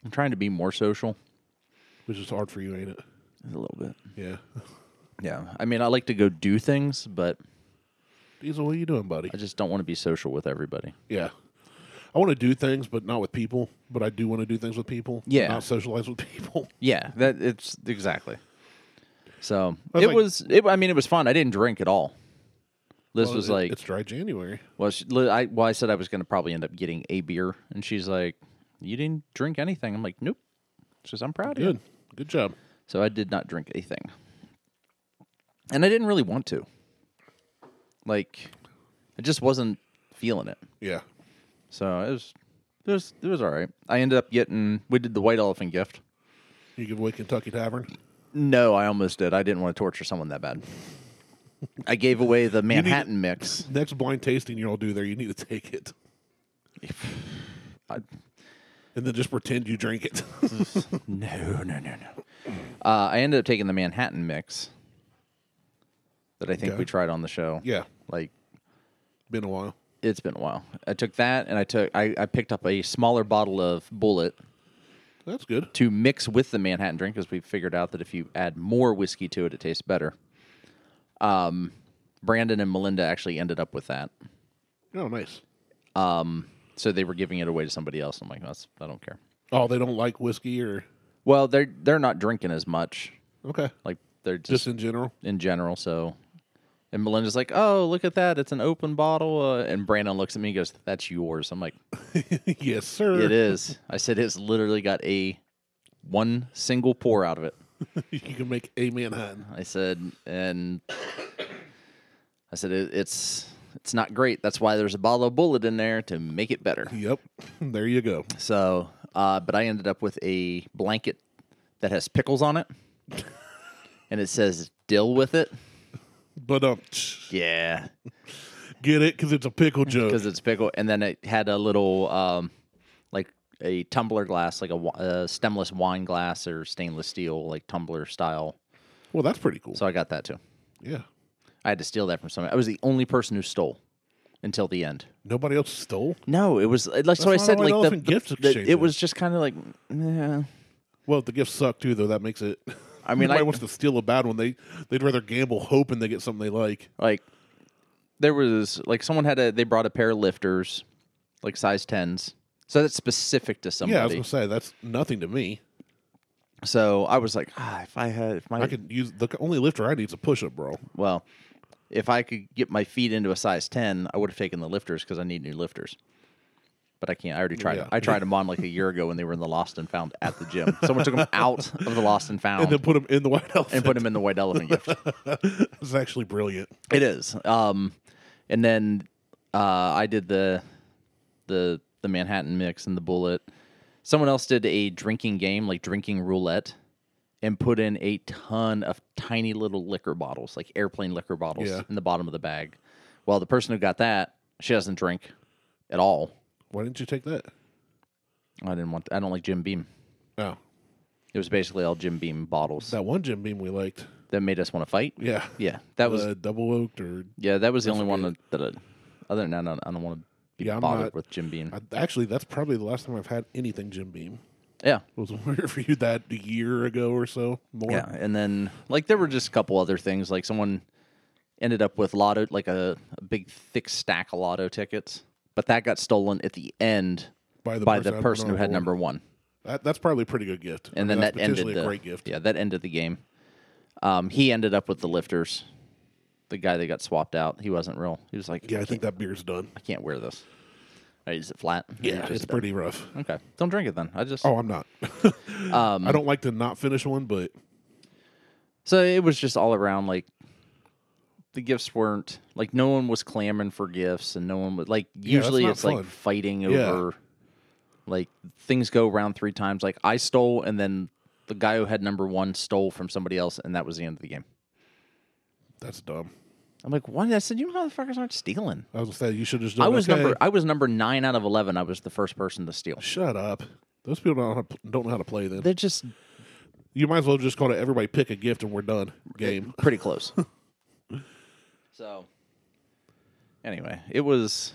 S2: i'm trying to be more social
S3: which is hard for you, ain't it?
S2: a little bit
S3: Yeah.
S2: yeah i mean i like to go do things but
S3: Diesel, what are you doing, buddy?
S2: i just don't want to be social with everybody
S3: Yeah. I want to do things, but not with people. But I do want to do things with people.
S2: Yeah.
S3: Not socialize with people.
S2: yeah that it's exactly so
S3: was
S2: it
S3: like-
S2: was it, i mean it was fun i didn't drink at all this
S3: Well,
S2: was
S3: it-
S2: like
S3: it's dry January.
S2: Well, she, li- I well, I said I was going to probably end up getting a beer, and she's like, you didn't drink anything. I'm like, nope. It's just I'm proud of you.
S3: Good. Good job.
S2: So I did not drink a thing. And I didn't really want to. Like I just wasn't feeling it.
S3: Yeah.
S2: So it was it was it was all right. I ended up getting we did the white elephant gift.
S3: You give away Kentucky Tavern.
S2: No, I almost did. I didn't want to torture someone that bad. I gave away the Manhattan mix.
S3: Next blind tasting you'll do there, you need to take it
S2: I,
S3: and then just pretend you drink it.
S2: no, no, no, no. Uh, I ended up taking the Manhattan mix that I think
S3: Okay.
S2: we tried on the show.
S3: yeah.
S2: Like
S3: Been a while.
S2: it's been a while. I took that and I took I, I picked up a smaller bottle of Bullet
S3: That's good.
S2: to mix with the Manhattan drink because we figured out that if you add more whiskey to it, it tastes better. Um, Brandon and Melinda actually ended up with that,
S3: Oh, nice.
S2: so they were giving it away to somebody else. I'm like, that's I don't care.
S3: Oh, they don't like whiskey or
S2: Well, they're they're not drinking as much,
S3: okay.
S2: like they're just,
S3: Just in general.
S2: in general. So, and Melinda's like, oh, look at that, it's an open bottle. Uh, and Brandon looks at me, and goes, that's yours. I'm like,
S3: yes, sir.
S2: It is. I said it's literally got a one single pour out of it.
S3: you can make a Manhattan.
S2: I said, and I said it, it's it's not great. That's why there's a bottle of bullet in there to make it better.
S3: Yep. There you go.
S2: So, uh, but I ended up with a blanket that has pickles on it, and it says "deal with it."
S3: But um,
S2: Yeah,
S3: get it because it's a pickle joke.
S2: because it's pickle, and then it had a little um, like a tumbler glass, like a, wi- a stemless wine glass or stainless steel, like tumbler style.
S3: Well, that's pretty cool.
S2: So I got that too.
S3: Yeah.
S2: I had to steal that from somebody. I was the only person who stole until the end.
S3: Nobody else stole.
S2: No, it was like so. I
S3: not
S2: said
S3: how
S2: like
S3: an
S2: the,
S3: elephant gift
S2: the-
S3: exchange
S2: it
S3: is.
S2: was just kind of like, yeah.
S3: Well, if the gifts suck too, though, that makes it.
S2: I mean,
S3: nobody
S2: I-
S3: wants to steal a bad one. They they'd rather gamble, hoping they get something they like.
S2: Like there was like someone had a they brought a pair of lifters, like size tens. So that's specific to
S3: Yeah, I was
S2: somebody.
S3: gonna say that's nothing to me.
S2: so I was like, ah, if I had if my
S3: I could use the only lifter I need is a push-up, bro.
S2: well, if I could get my feet into a size ten, I would have taken the lifters because I need new lifters. But I can't. I already tried.
S3: Yeah.
S2: I tried them on like a year ago when they were in the lost and found at the gym. Someone took them out of the lost and found.
S3: And then put them in the white elephant.
S2: Oh. and put him in the white elephant gift.
S3: It's actually brilliant.
S2: It is. Um, and then uh, I did the the the Manhattan mix and the bullet. Someone else did a drinking game, like drinking roulette, and put in a ton of tiny little liquor bottles, like airplane liquor bottles,
S3: Yeah.
S2: in the bottom of the bag. Well, the person who got that, she doesn't drink at all.
S3: Why didn't you take that?
S2: I didn't want. I don't like Jim Beam.
S3: Oh,
S2: It was basically all Jim Beam bottles
S3: that one Jim Beam we liked.
S2: that made us want to fight.
S3: Yeah,
S2: Yeah, that was
S3: uh, double oaked or
S2: Yeah, that was the only one that, that I, other than that, I don't- I don't want to be
S3: Yeah, I'm
S2: bothered
S3: not-
S2: with Jim Beam.
S3: I, actually that's probably the last time I've had anything Jim Beam.
S2: yeah.
S3: was when we reviewed that a year ago or so. More.
S2: Yeah. And then, like, there were just a couple other things. Like, someone ended up with lotto, like a, a big, thick stack of lotto tickets, but that got stolen at the end
S3: By the
S2: by the
S3: person
S2: person,
S3: that
S2: who
S3: put on
S2: had
S3: board.
S2: number one.
S3: That, that's probably a pretty good gift. I
S2: And
S3: mean,
S2: then
S3: that's
S2: that ended
S3: potentially
S2: the
S3: a great gift.
S2: Yeah, that ended the game. Um, he ended up with the lifters. The guy that got swapped out, he wasn't real. He was like,
S3: Yeah, I think that beer's done.
S2: I can't wear this. All right, Is it flat?
S3: Yeah, it's pretty rough.
S2: Okay, don't drink it then. I just
S3: Oh, I'm not.
S2: Um,
S3: I don't like to not finish one, but
S2: So it was just all around like the gifts weren't like no one was clamoring for gifts and no one was like
S3: that's
S2: usually
S3: not
S2: it's
S3: fun.
S2: like fighting
S3: Yeah.
S2: over like things go around three times like I stole and then the guy who had number one stole from somebody else and that was the end of the game.
S3: that's dumb. I'm
S2: I'm like, what? I said, you motherfuckers aren't stealing.
S3: I was gonna say you should just.
S2: I was
S3: okay.
S2: number I was number nine out of eleven. I was the first person to steal.
S3: Shut up. Those people don't know how to, pl- don't know how to play. Then
S2: They're just
S3: you might as well just call it everybody pick a gift and we're done. Game.
S2: pretty close. so, anyway, it was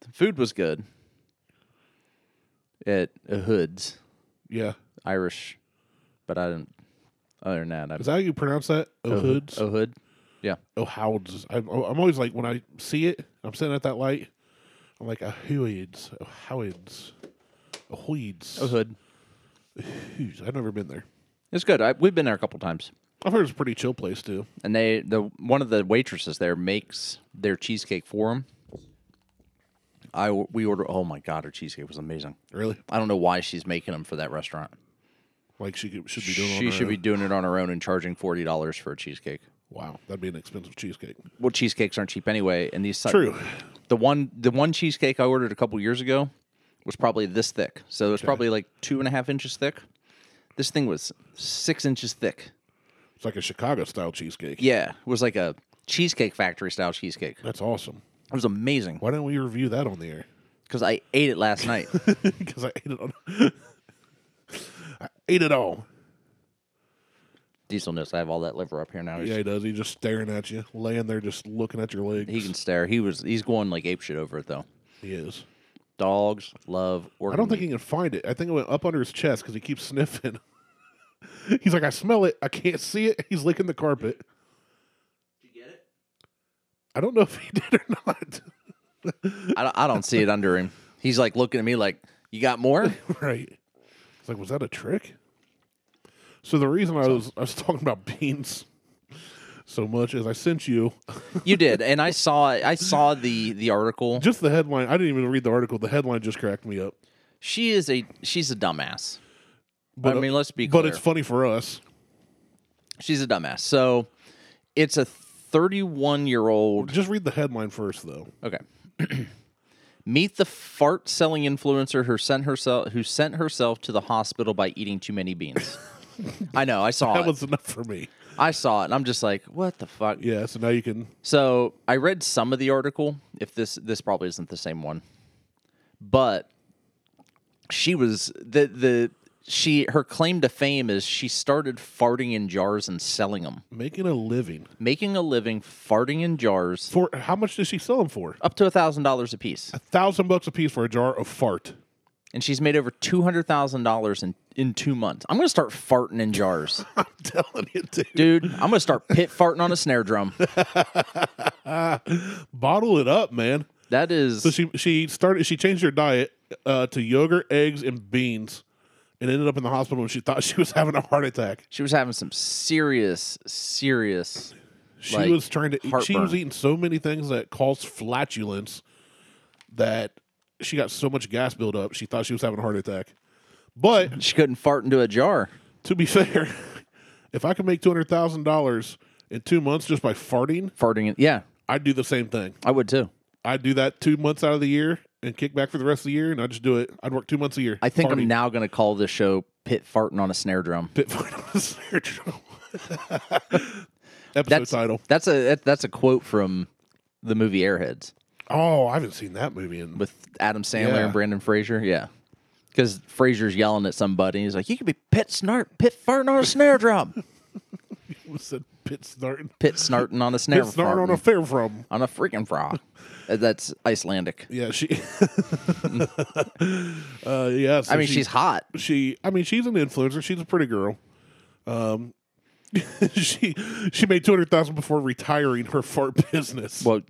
S2: the food was good at uh, Hood's
S3: Yeah.
S2: Irish, but I didn't. Other than that, I
S3: Is that how you pronounce that? O'Hoods.
S2: Oh Hood, yeah,
S3: O'Houds. I'm, oh, I'm always like when I see it, I'm sitting at that light. I'm like O'Hoods. O'Houds. O'Hoods.
S2: Hood.
S3: O'Hoods. I've never been there.
S2: It's good. I, we've been there a couple times,
S3: I've heard it's a pretty chill place too.
S2: and they the one of the waitresses there makes their cheesecake for them, I we order. Oh my god, her cheesecake was amazing.
S3: Really?
S2: I don't know why she's making them for that restaurant.
S3: Like she could, should be doing. on
S2: She
S3: her
S2: should be
S3: own.
S2: doing it on her own and charging forty dollars for a cheesecake.
S3: Wow, that'd be an expensive cheesecake.
S2: Well, cheesecakes aren't cheap anyway, and these
S3: True.
S2: The one the one cheesecake I ordered a couple years ago was probably this thick, so it was probably like two and a half inches thick. This thing was six inches thick.
S3: It's like a Chicago style cheesecake.
S2: Yeah, it was like a cheesecake factory style cheesecake.
S3: That's awesome.
S2: It was amazing
S3: Why don't we review that on the air?
S2: because I ate it last night.
S3: Because I ate it on. I ate it all.
S2: Diesel knows I have all that liver up here now. He's-
S3: Yeah, he does. He's just staring at you, laying there, just looking at your legs.
S2: He can stare. He was he's going like ape shit over it though.
S3: He is.
S2: Dogs love organ.
S3: I don't think
S2: meat.
S3: he can find it. I think it went up under his chest because he keeps sniffing. He's like, I smell it. I can't see it. He's licking the carpet. I don't know if he did or not.
S2: I don't, I don't see it under him. He's like looking at me like, "You got more?"
S3: right. It's like, was that a trick? So the reason I was I was talking about beans so much is I sent you
S2: you did, and I saw I saw the the article.
S3: just the headline. I didn't even read the article. The headline just cracked me up.
S2: She is a she's a dumbass.
S3: But
S2: I mean, let's be
S3: but
S2: clear.
S3: it's funny for us.
S2: She's a dumbass. So it's a 31 year old.
S3: Just read the headline first, though.
S2: Okay. Meet the fart selling influencer who sent herself who sent herself to the hospital by eating too many beans. I know. I saw
S3: That
S2: it.
S3: was enough for me.
S2: I saw it, and I'm just like, what the fuck?
S3: Yeah. So now you can.
S2: So I read some of the article. If this this probably isn't the same one, but she was the the she her claim to fame is she started farting in jars and selling them,
S3: Making a living
S2: making a living farting in jars
S3: for how much does she sell them for?
S2: up to a thousand dollars a piece,
S3: thousand bucks a piece for a jar of fart.
S2: and she's made over two hundred thousand dollars in in two months. I'm gonna start farting in jars,
S3: I'm telling you, dude.
S2: dude. I'm gonna start pit farting on a snare drum.
S3: Bottle it up, man.
S2: That is
S3: So she she started she changed her diet uh, to yogurt, eggs, and beans, and ended up in the hospital when she thought she was having a heart attack.
S2: she was having some serious serious
S3: She
S2: Like,
S3: was trying to eat, she was
S2: heartburn.
S3: eating so many things that caused flatulence that she got so much gas buildup she thought she was having a heart attack. But
S2: She couldn't fart into a jar.
S3: to be fair, if I could make two hundred thousand dollars in two months just by farting,
S2: Farting in, yeah,
S3: I'd do the same thing.
S2: I would too.
S3: I do that two months out of the year and kick back for the rest of the year, and I just do it. I'd work two months a year.
S2: I think
S3: Party.
S2: I'm now going to call this show "Pit Farting on a Snare Drum."
S3: Pit fight on the snare drum. Episode
S2: That's
S3: title.
S2: That's a that, that's a quote from the movie Airheads
S3: Oh, I haven't seen that movie in.
S2: with Adam Sandler
S3: Yeah.
S2: and Brandon Fraser. Yeah, because Fraser's yelling at somebody. He's like, "You could be pit snart, pit farting on a snare drum,
S3: What's that? Pit snarting.
S2: pit snarting on a snare drum,
S3: Pit snarting on a fair from.
S2: on a freaking frog." Uh, That's Icelandic.
S3: Yeah, she. uh, yeah. so
S2: I mean,
S3: she-
S2: she's hot.
S3: she. I mean, she's an influencer. She's a pretty girl. Um, she she made two hundred thousand before retiring her fart business.
S2: Well,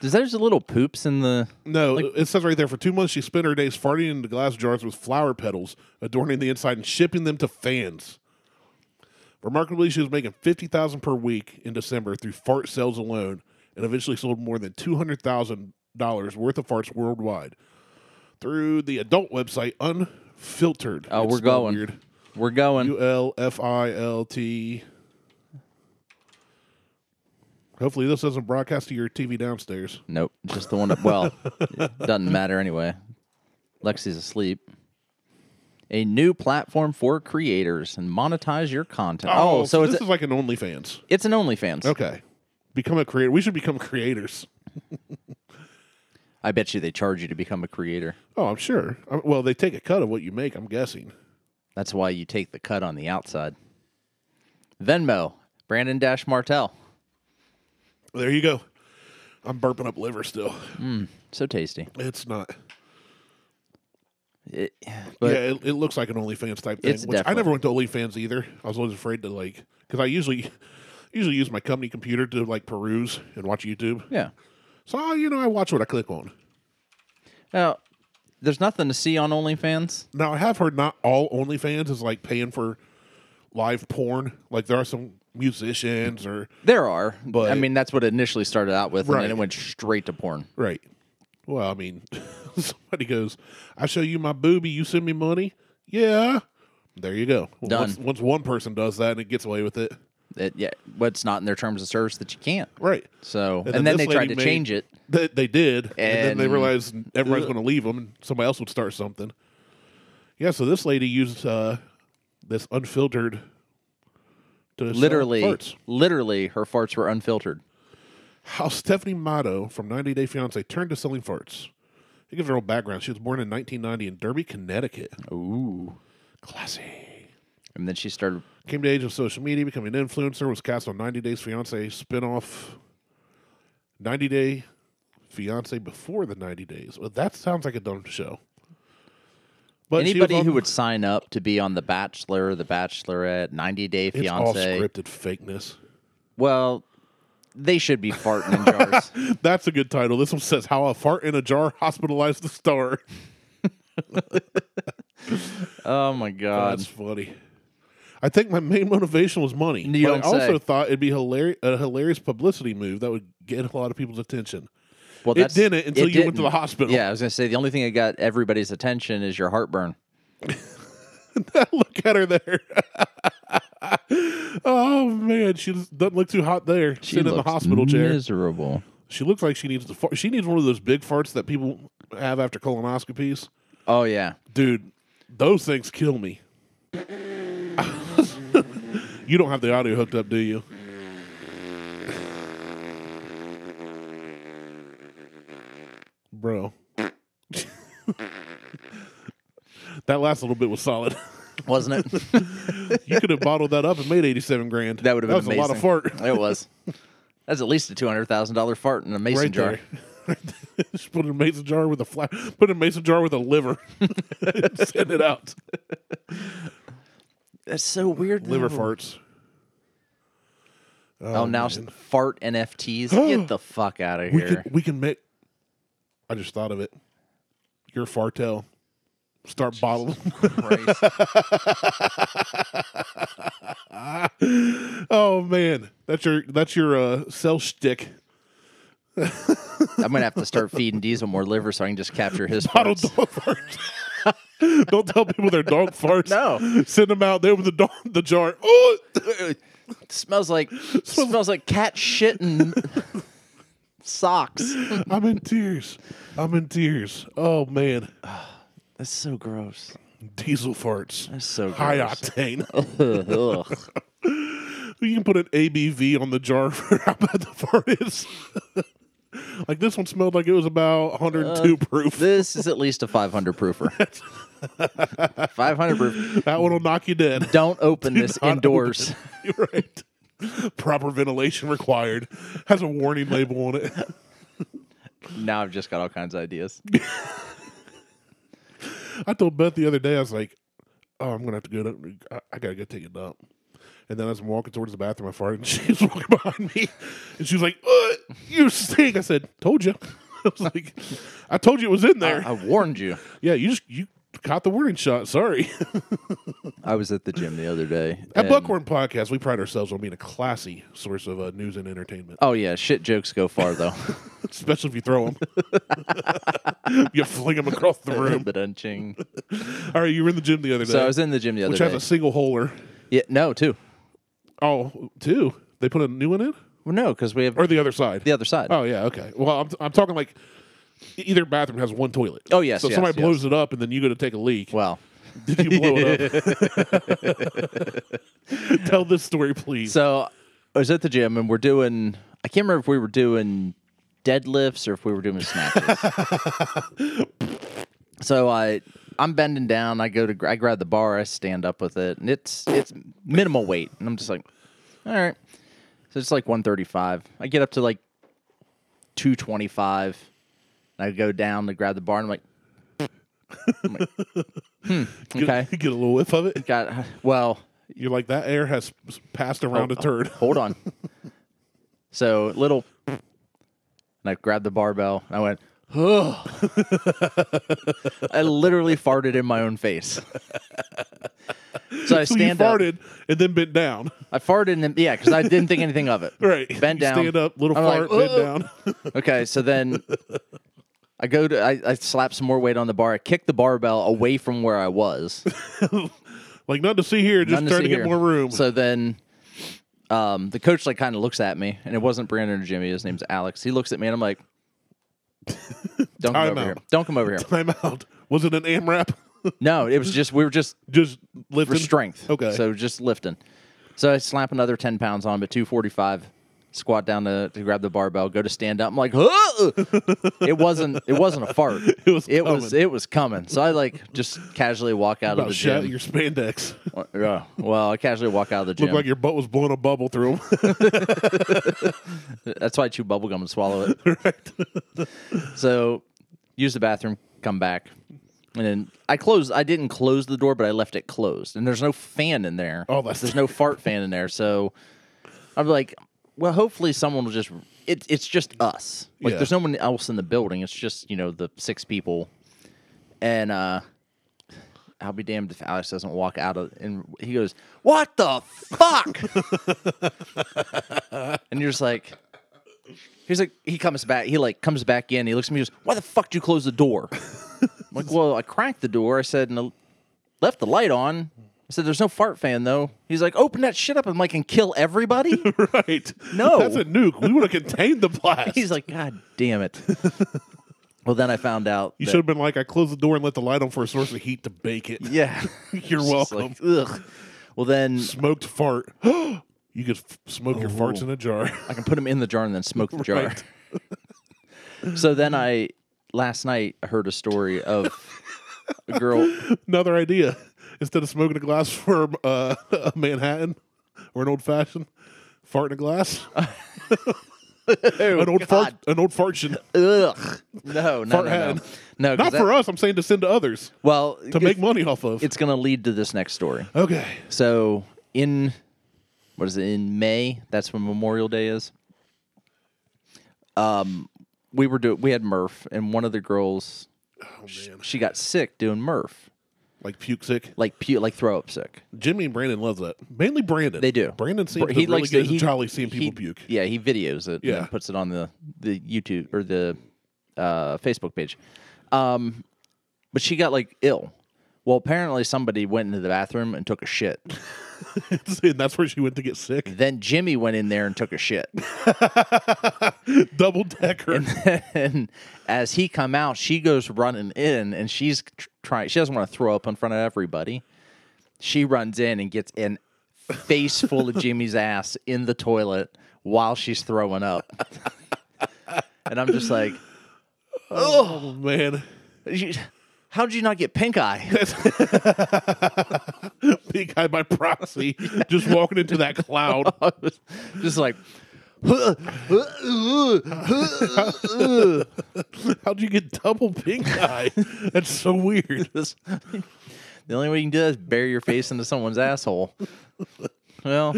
S2: does there's little poops in the
S3: No, it says right there for two months she spent her days farting into glass jars with flower petals, adorning the inside and shipping them to fans. Remarkably, she was making fifty thousand per week in December through fart sales alone, and eventually sold more than two hundred thousand dollars worth of farts worldwide through the adult website Unfiltered.
S2: Oh,
S3: It's
S2: we're
S3: spelled
S2: going.
S3: weird.
S2: we're going.
S3: U L F I L T. Hopefully, this doesn't broadcast to your TV downstairs.
S2: Nope, just the one up. Well, it doesn't matter anyway. Lexi's asleep. A new platform for creators and monetize your content. Oh, so,
S3: this
S2: it's
S3: is like an OnlyFans.
S2: it's an OnlyFans.
S3: Okay. Become a creator. We should become creators.
S2: I bet you they charge you to become a creator.
S3: Oh, I'm sure. I, well, they take a cut of what you make, I'm guessing.
S2: That's why you take the cut on the outside. Venmo, Brandon Dash Martell.
S3: There you go. I'm burping up liver still.
S2: So tasty.
S3: It's not.
S2: It- but
S3: yeah, it, it looks like an OnlyFans type thing.
S2: It's
S3: Which I
S2: definitely-
S3: never went to OnlyFans either. I was always afraid to like because I usually usually use my company computer to like peruse and watch YouTube.
S2: yeah.
S3: So you know, I watch what I click on.
S2: Now, there's nothing to see on OnlyFans.
S3: Now I have heard not all OnlyFans is like paying for live porn. Like there are some musicians or
S2: There are, but I
S3: But-
S2: mean that's what it initially started out with, and
S3: Right.
S2: then it went straight to porn.
S3: right. Well, I mean, somebody goes, I show you my booby, you send me money? Yeah. There you go. Well,
S2: Done.
S3: Once, once one person does that and it gets away with it.
S2: It, yeah, but it's not in their terms of service that you can't.
S3: Right.
S2: So, and, then,
S3: this
S2: they tried
S3: lady
S2: to
S3: made-
S2: change it.
S3: They, they did. And, then they
S2: And-
S3: realized everybody's going to leave them and somebody else would start something. Yeah, so this lady used uh, this unfiltered to sell
S2: Literally,
S3: farts.
S2: literally, her farts were unfiltered.
S3: How Stephanie Mato from 90 Day Fiance turned to selling farts. It gives her own background. She was born in 1990 in Derby, Connecticut.
S2: Ooh.
S3: Classy.
S2: And then she started.
S3: Came to age of social media, becoming an influencer, was cast on 90 Days Fiance spinoff 90 Day Fiance before the 90 Days. Well, that sounds like a dumb show. But she was
S2: anybody
S3: on-
S2: who would sign up to be on The Bachelor, The Bachelorette, 90 Day
S3: It's all
S2: Fiance,
S3: scripted fakeness.
S2: well, they should be farting in jars.
S3: That's a good title. This one says How a Fart in a Jar Hospitalized the Star.
S2: Oh my God.
S3: That's funny. I think my main motivation was money.
S2: You
S3: but I
S2: don't
S3: also
S2: say.
S3: thought it'd be hilarious, a hilarious publicity move that would get a lot of people's attention.
S2: well,
S3: it didn't until you went to the
S2: didn't.
S3: hospital.
S2: Yeah, I was gonna say the only thing that got everybody's attention is your heartburn.
S3: look at her there. oh man, she just doesn't look too hot there.
S2: She
S3: sitting in the
S2: looks
S3: hospital chair.
S2: Miserable.
S3: she looks like she needs to. Fart. She needs one of those big farts that people have after colonoscopies.
S2: Oh yeah.
S3: Dude, those things kill me. you don't have the audio hooked up, do you? Bro. that last little bit was solid.
S2: Wasn't it?
S3: You could have bottled that up and made eighty-seven grand.
S2: that would have been
S3: that was
S2: amazing.
S3: a lot of fart
S2: it was. That's at least a two hundred thousand dollar fart in a mason
S3: right
S2: jar.
S3: there. Just put it in a mason jar with a flat. Put it in a mason jar with a liver. Send it out.
S2: That's so weird.
S3: Liver
S2: though.
S3: farts.
S2: Oh, now s- fart NFTs. Get the fuck out of
S3: We
S2: here.
S3: can we can make. I just thought of it. Your fartel. Start bottling.
S2: Christ.
S3: oh man, that's your that's your uh, cell shtick.
S2: I'm gonna have to start feeding Diesel more liver so I can just capture his
S3: Bottle
S2: farts.
S3: dog farts. Don't tell people they're dog farts.
S2: No.
S3: send them out there with the dog, the jar. Oh,
S2: smells like smells like cat shit and socks.
S3: I'm in tears. I'm in tears. Oh man,
S2: That's so gross.
S3: diesel farts.
S2: That's so gross.
S3: High octane.
S2: Ugh.
S3: You can put an ABV on the jar for how bad the fart is. like this one smelled like it was about 102 proof.
S2: Uh, This is at least a 500 proofer. 500 proof.
S3: that one will knock you dead.
S2: Don't open this
S3: not
S2: indoors.
S3: You're right. Proper ventilation required. Has a warning label on it.
S2: Now I've just got all kinds of ideas.
S3: I told Beth the other day, I was like, "Oh, I'm gonna have to go. To, I, I gotta go take a dump." And then as I'm walking towards the bathroom, I farted, and she was walking behind me, and she was like, "Ugh, "You stink!" I said, "Told you." I was like, "I told you it was in
S2: I,
S3: there."
S2: I warned you.
S3: yeah, you just you caught the warning shot. Sorry.
S2: I was at the gym the other day.
S3: At
S2: and-
S3: Buckhorn Podcast, we pride ourselves on being a classy source of uh, news and entertainment,
S2: Oh, yeah. Shit jokes go far, though.
S3: especially if you throw them. you fling them across the room.
S2: Ba-dun-ching.
S3: All right, you were in the gym the other day,
S2: so I was in the gym the other
S3: which
S2: day.
S3: has a single holer.
S2: yeah, no, too.
S3: Oh, two. They put a new one in,
S2: Well, no, because we have
S3: or the other side?
S2: the other side.
S3: Oh yeah, okay. Well, I'm, I'm talking like e-, either bathroom has one toilet.
S2: Oh, yes,
S3: So
S2: yes,
S3: somebody
S2: yes.
S3: blows it up, and then you go to take a leak.
S2: Well,
S3: Did you blow it up? Tell this story, please.
S2: so I was at the gym and we're doing, I can't remember if we were doing deadlifts or if we were doing snatches. so I, I'm bending down. I go to, gr- I grab the bar. I stand up with it, and it's it's minimal weight, and I'm just like, all right. So it's like 135. I get up to like 225, and I go down to grab the bar, and I'm like, I'm like, hmm,
S3: Get-
S2: okay,
S3: Get, a little whiff of it.
S2: got well.
S3: You're like that air has passed around
S2: Oh,
S3: a turd.
S2: hold on. So little, and I grabbed the barbell and I went, Ugh. I literally farted in my own face. So I
S3: So you
S2: stand up.
S3: farted and then bent down.
S2: I farted, and then, yeah, because I didn't think anything of it.
S3: Right.
S2: Bend
S3: You
S2: down.
S3: Stand up, little
S2: I'm like,
S3: fart, bend
S2: "Ugh."
S3: down.
S2: Okay, so then I go to I, I slap some more weight on the bar. I kick the barbell away from where I was.
S3: Like nothing to see here. Just
S2: None
S3: trying
S2: see
S3: to get
S2: here.
S3: more room.
S2: So then um, the coach like kind of looks at me, and it wasn't Brandon or Jimmy. His name's Alex. He looks at me, and I'm like, "Don't come
S3: Time
S2: over here!
S3: out.
S2: Don't come over here!"
S3: Time out. Was it an AMRAP?
S2: No, it was just we were just
S3: just lifting
S2: for strength.
S3: Okay.
S2: so just lifting. So I slap another ten pounds on, but two forty five. Squat down to, to grab the barbell, go to stand up. I'm like, "Huh!" it wasn't it wasn't a fart.
S3: It was
S2: it was
S3: coming.
S2: it was coming. So I like just casually walk out of
S3: About
S2: the
S3: Oh, shit out
S2: gym.
S3: your spandex.
S2: Well, Yeah. Well, I casually walk out of the gym.
S3: Looked like your butt was blowing a bubble through 'em.
S2: That's why I chew bubble gum and swallow it. so, use the bathroom, come back, and then I closed. I didn't close the door, but I left it closed. And there's no fan in there.
S3: Oh, that's-
S2: there's no fart fan in there. So, I'm like, well, hopefully someone will just. It, it's just us. Like,
S3: Yeah.
S2: there's no one else in the building. It's just you know the six people, and uh I'll be damned if Alex doesn't walk out of and he goes, "What the fuck?" and you're just like, he's like, he comes back, he like comes back in, he looks at me, he goes, "Why the fuck did you close the door?" I'm like, well, I cracked the door. I said, and I left the light on. I said, "There's no fart fan though." He's like, "Open that shit up." I'm like, and kill everybody.
S3: right.
S2: No.
S3: That's a nuke. We would have contained the blast.
S2: he's like, "God damn it." well, then I found out.
S3: you
S2: that-
S3: should have been like, I closed the door and let the light on for a source of heat to bake it.
S2: Yeah.
S3: You're
S2: It's
S3: welcome.
S2: like, Ugh. Well, then
S3: Smoked fart. you could f- smoke your farts
S2: Oh.
S3: in a jar.
S2: I can put them in the jar and then smoke the jar.
S3: Right.
S2: so then I last night I heard a story of a girl.
S3: Another idea. Instead of smoking a glass for uh, a Manhattan or an old fashioned, fart in a glass.
S2: Oh,
S3: an old fart. An old fartion.
S2: Ugh. No, no, no,
S3: Fart
S2: no,
S3: had.
S2: no. 'cause
S3: Not
S2: that-
S3: for us. I'm saying to send to others
S2: Well,
S3: to make money off of.
S2: it's going to lead to this next story.
S3: okay.
S2: So in what is it in May? That's when Memorial Day is. Um, we were doing. We had Murph, and one of the girls,
S3: Oh,
S2: sh- she got sick doing Murph,
S3: Like puke sick.
S2: like pu- like throw up sick.
S3: Jimmy and Brandon loves that. Mainly Brandon.
S2: They do.
S3: Brandon seems
S2: Br-
S3: to really get
S2: he-
S3: jolly seeing people
S2: he-
S3: puke.
S2: Yeah, he videos it. Yeah,
S3: Yeah.
S2: and puts it on the the YouTube or the uh, Facebook page. Um, but she got like ill. Well, apparently somebody went into the bathroom and took a shit.
S3: and that's where she went to get sick.
S2: then Jimmy went in there and took a shit.
S3: Double decker.
S2: and as he come out, she goes running in, and she's tr- trying. She doesn't want to throw up in front of everybody. She runs in and gets an face full of Jimmy's ass in the toilet while she's throwing up. and I'm just like,
S3: oh man.
S2: "You- how did you not get pink eye?
S3: Big guy by proxy just walking into that cloud.
S2: just like,
S3: How'd you get double pink eye? That's so weird.
S2: this. The only way you can do that is bury your face into someone's asshole. Well,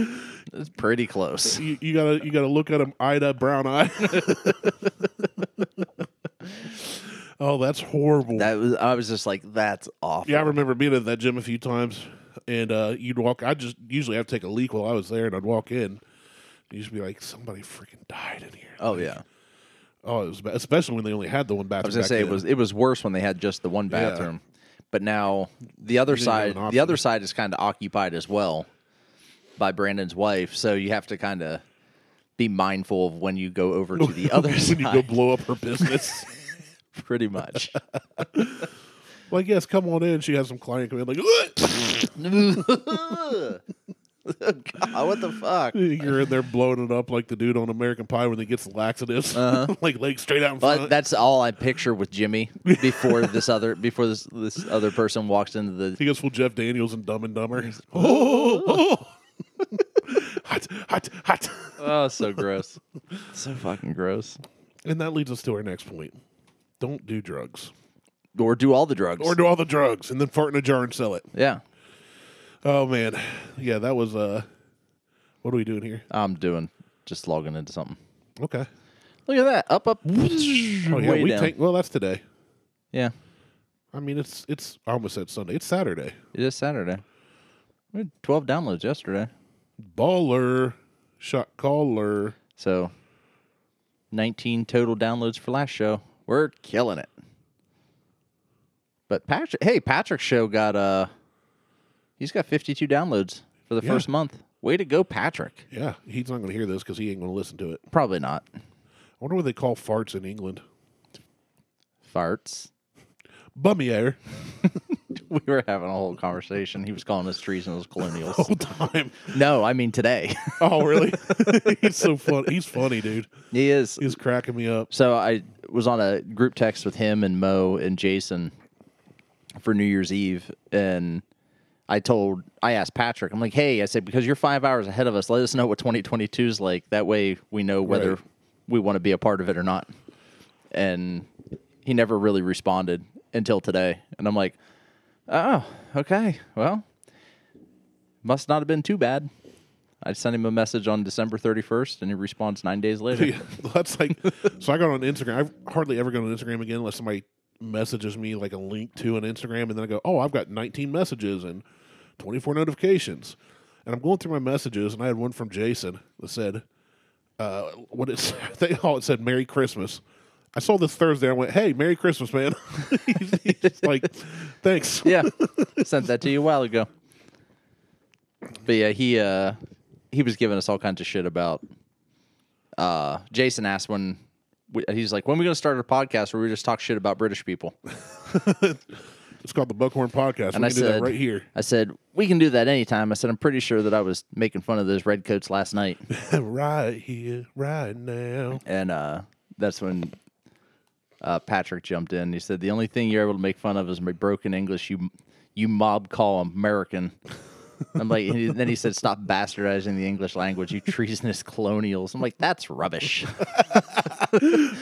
S2: it's pretty close.
S3: You, you gotta you gotta look at him eye to brown eye. oh, that's horrible.
S2: That was I was just like, that's awful.
S3: Yeah, I remember being at that gym a few times, and uh, you'd walk. I just usually have to take a leak while I was there, and I'd walk in. And you'd just be like, "Somebody freaking died in here."
S2: Oh yeah.
S3: Oh, it was bad, especially when they only had the one bathroom.
S2: I was gonna
S3: back
S2: say it
S3: then.
S2: was it was worse when they had just the one bathroom, but now the other
S3: didn't have
S2: side
S3: an
S2: the
S3: option.
S2: other side is kind of occupied as well by Brandon's wife, so you have to kind of be mindful of when you go over to the other
S3: when you go
S2: side,
S3: blow up her business.
S2: pretty much.
S3: like, yes, come on in. She has some client come in, like, "Ugh!"
S2: God, what the fuck?
S3: you're in there blowing it up like the dude on American Pie when he gets laxatives, like legs straight out in
S2: Uh-huh. But
S3: front.
S2: that's all I picture with Jimmy before this other before this this other person walks into the
S3: he goes full Jeff Daniels and Dumb and Dumber. Oh, oh, oh. hot, hot, hot.
S2: Oh, so gross. so fucking gross.
S3: And that leads us to our next point. Don't do drugs.
S2: Or do all the drugs.
S3: Or do all the drugs and then fart in a jar and sell it.
S2: yeah.
S3: Oh man. Yeah, that was uh what are we doing here?
S2: I'm doing just logging into something.
S3: Okay.
S2: Look at that. Up, up.
S3: Oh yeah,
S2: way
S3: we
S2: down.
S3: take well that's today.
S2: yeah.
S3: I mean it's it's I almost said Sunday. It's Saturday.
S2: It is Saturday. We had 12 downloads yesterday.
S3: Baller shot caller.
S2: So 19 total downloads for last show. We're killing it. But Patrick, hey, Patrick's show got uh, he's got 52 downloads for the
S3: Yeah.
S2: first month. Way to go, Patrick.
S3: Yeah, he's not going to hear this because he ain't going to listen to it.
S2: Probably not.
S3: I wonder what they call farts in England.
S2: Farts.
S3: Bummy air
S2: We were having a whole conversation. He was calling us trees and those colonials.
S3: all the time.
S2: no, I mean today.
S3: Oh, really? he's so funny. He's funny, dude.
S2: he is.
S3: He's cracking me up.
S2: So I was on a group text with him and Mo and Jason for New Year's Eve, and I told I asked Patrick, I'm like, hey, I said because you're five hours ahead of us, let us know what 2022 is like. That way we know whether
S3: Right.
S2: we want to be a part of it or not. And he never really responded until today, and I'm like, oh, okay, well, must not have been too bad. I sent him a message on December 31st, and he responds nine days later.
S3: Yeah, that's like. so I got on Instagram. I hardly ever go on Instagram again unless somebody messages me like a link to an Instagram, and then I go, "Oh, I've got 19 messages and 24 notifications." And I'm going through my messages, and I had one from Jason that said, uh, "What is?" They all it said, "Merry Christmas." I saw this Thursday. I went, "Hey, Merry Christmas, man!" he's, he's like, "Thanks."
S2: yeah sent that to you a while ago but yeah he uh he was giving us all kinds of shit about uh jason asked when we, he's like when are we gonna start a podcast where we just talk shit about british people
S3: It's called the Buckhorn Podcast.
S2: And I
S3: we can do
S2: said-
S3: that right here,
S2: i said we can do that anytime i said i'm pretty sure that i was making fun of those redcoats last night
S3: right here, right now.
S2: and uh that's when uh, Patrick jumped in. He said, "The only thing you're able to make fun of is my broken English. You, you mob call American." I'm like, and he- then he said, "Stop bastardizing the English language, you treasonous colonials." I'm like, "That's rubbish."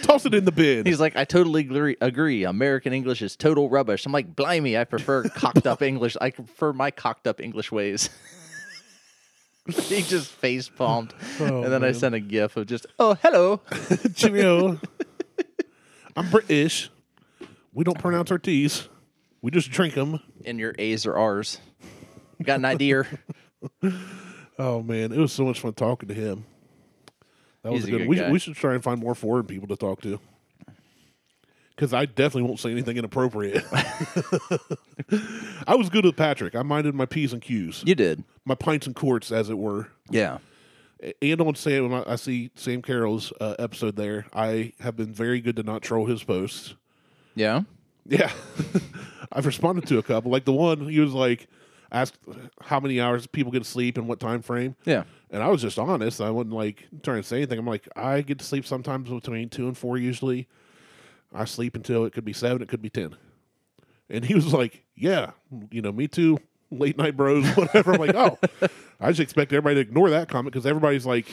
S3: Toss it in the bin.
S2: He's like, "I totally agree. agree. American English is total rubbish." I'm like, "Blimey, I prefer cocked up English. I prefer my cocked up English ways." he just face palmed, and then I
S3: man.
S2: sent a gif of just, "Oh, hello."
S3: Cheerio. I'm British. We don't pronounce our T's. We just drink them.
S2: and your A's or R's. Got an idea.
S3: Oh man, it was so much fun talking to him. That was
S2: He's a
S3: good.
S2: good
S3: we,
S2: guy.
S3: should, we should try and find more foreign people to talk to. Because I definitely won't say anything inappropriate. I was good with Patrick. I minded my p's and q's,
S2: you did.
S3: my pints and quarts, as it were.
S2: Yeah.
S3: And on Sam, when I I see Sam Carroll's uh, episode there, I have been very good to not troll his posts.
S2: Yeah.
S3: Yeah. I've responded to a couple. Like the one he was like asked how many hours people get to sleep and what time frame.
S2: Yeah.
S3: And I was just honest. I wasn't like trying to say anything. I'm like, I get to sleep sometimes between two and four usually. I sleep until it could be seven, it could be ten. And he was like, Yeah, you know, me too. Late night bros, whatever. I'm like, oh, I just expect everybody to ignore that comment because everybody's like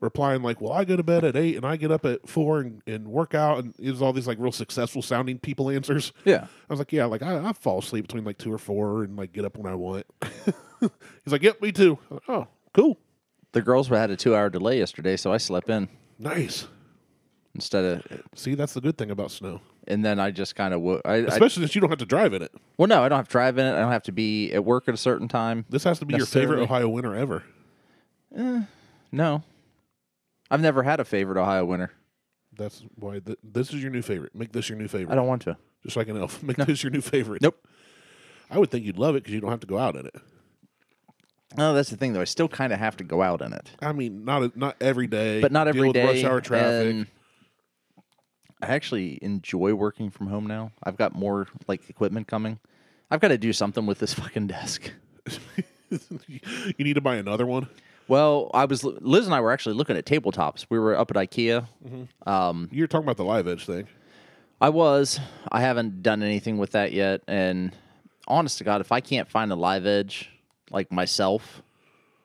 S3: replying like, well, I go to bed at eight and I get up at four and, and work out and it was all these like real successful sounding people answers.
S2: Yeah.
S3: I was like, yeah, like I, I fall asleep between like two or four and like get up when I want. He's like, yep, me too. I was like, oh, cool,
S2: The girls had a two hour delay yesterday, so I slept in
S3: nice.
S2: instead of,
S3: See, that's the good thing about snow,
S2: and then I just kind of woke. I, I,
S3: especially since you don't have to drive in it.
S2: well, no, I don't have to drive in it. I don't have to be at work at a certain time.
S3: This has to be your favorite
S2: Necessarily.
S3: Ohio winter ever.
S2: No. I've never had a favorite Ohio winter.
S3: That's why th- this is your new favorite. Make this your new favorite.
S2: I don't want to.
S3: Just like an elf, make this your new favorite.
S2: Nope.
S3: I would think you'd love it because you don't have to go out in it.
S2: No, Oh, that's the thing though. I still kind of have to go out in it,
S3: I mean, not a, not every day,
S2: but not
S3: Deal
S2: every
S3: with
S2: day.
S3: Rush hour traffic.
S2: and I actually enjoy working from home now. I've got more like equipment coming. I've got to do something with this fucking desk.
S3: you need to buy another one.
S2: Well, I was Liz and I were actually looking at tabletops. We were up at IKEA.
S3: Mm-hmm. You're talking about the live edge thing.
S2: I was. I haven't done anything with that yet. And honest to God, if I can't find a live edge like myself,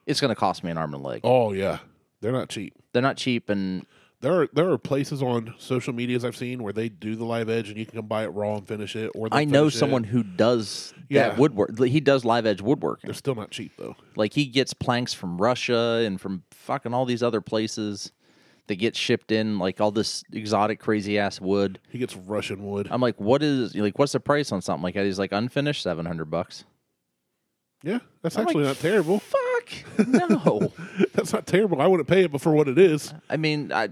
S2: it's going to cost me an arm and a leg.
S3: Oh yeah, they're not cheap.
S2: They're not cheap, and
S3: There are there are places on social medias I've seen where they do the live edge and you can come buy it raw and finish it. Or they
S2: I know
S3: finish it.
S2: someone who does
S3: Yeah.
S2: that woodwork. He does live edge woodworking.
S3: They're still not cheap though.
S2: Like he gets planks from Russia and from fucking all these other places that get shipped in, like all this exotic, crazy ass wood.
S3: He gets Russian wood.
S2: I'm like, what is like, what's the price on something like that? He's like, unfinished, seven hundred bucks.
S3: yeah, that's
S2: I'm like,
S3: actually not terrible.
S2: Fuck no.
S3: That's not terrible. I wouldn't pay it before what it is.
S2: I mean, I,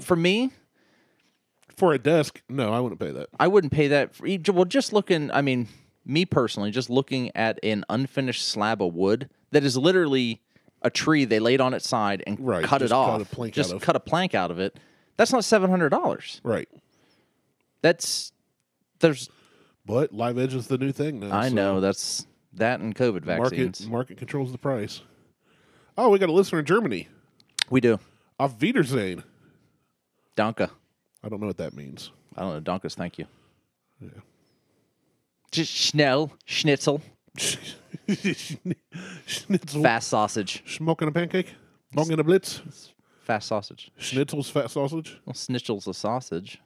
S2: for me,
S3: for a desk, no, I wouldn't pay that.
S2: I wouldn't pay that. For, each- well, just looking, I mean, me personally, just looking at an unfinished slab of wood that is literally a tree they laid on its side and
S3: Right,
S2: cut it
S3: just cut
S2: off,
S3: a plank
S2: just
S3: out of.
S2: cut a plank out of it. That's not seven hundred dollars.
S3: Right.
S2: That's there's.
S3: But Live Edge is the new thing now.
S2: I
S3: so
S2: know that's that and COVID vaccines.
S3: Market market controls the price. Oh, we got a listener in Germany.
S2: We do
S3: Auf Wiedersehen.
S2: Donka.
S3: I don't know what that means.
S2: I don't know Donkas. Thank you. Just Schnell Schnitzel
S3: Schnitzel.
S2: fast sausage.
S3: Smoking a pancake. Smoking a blitz.
S2: Fast sausage.
S3: Schnitzel's fat sausage.
S2: Well, Schnitzel's a sausage,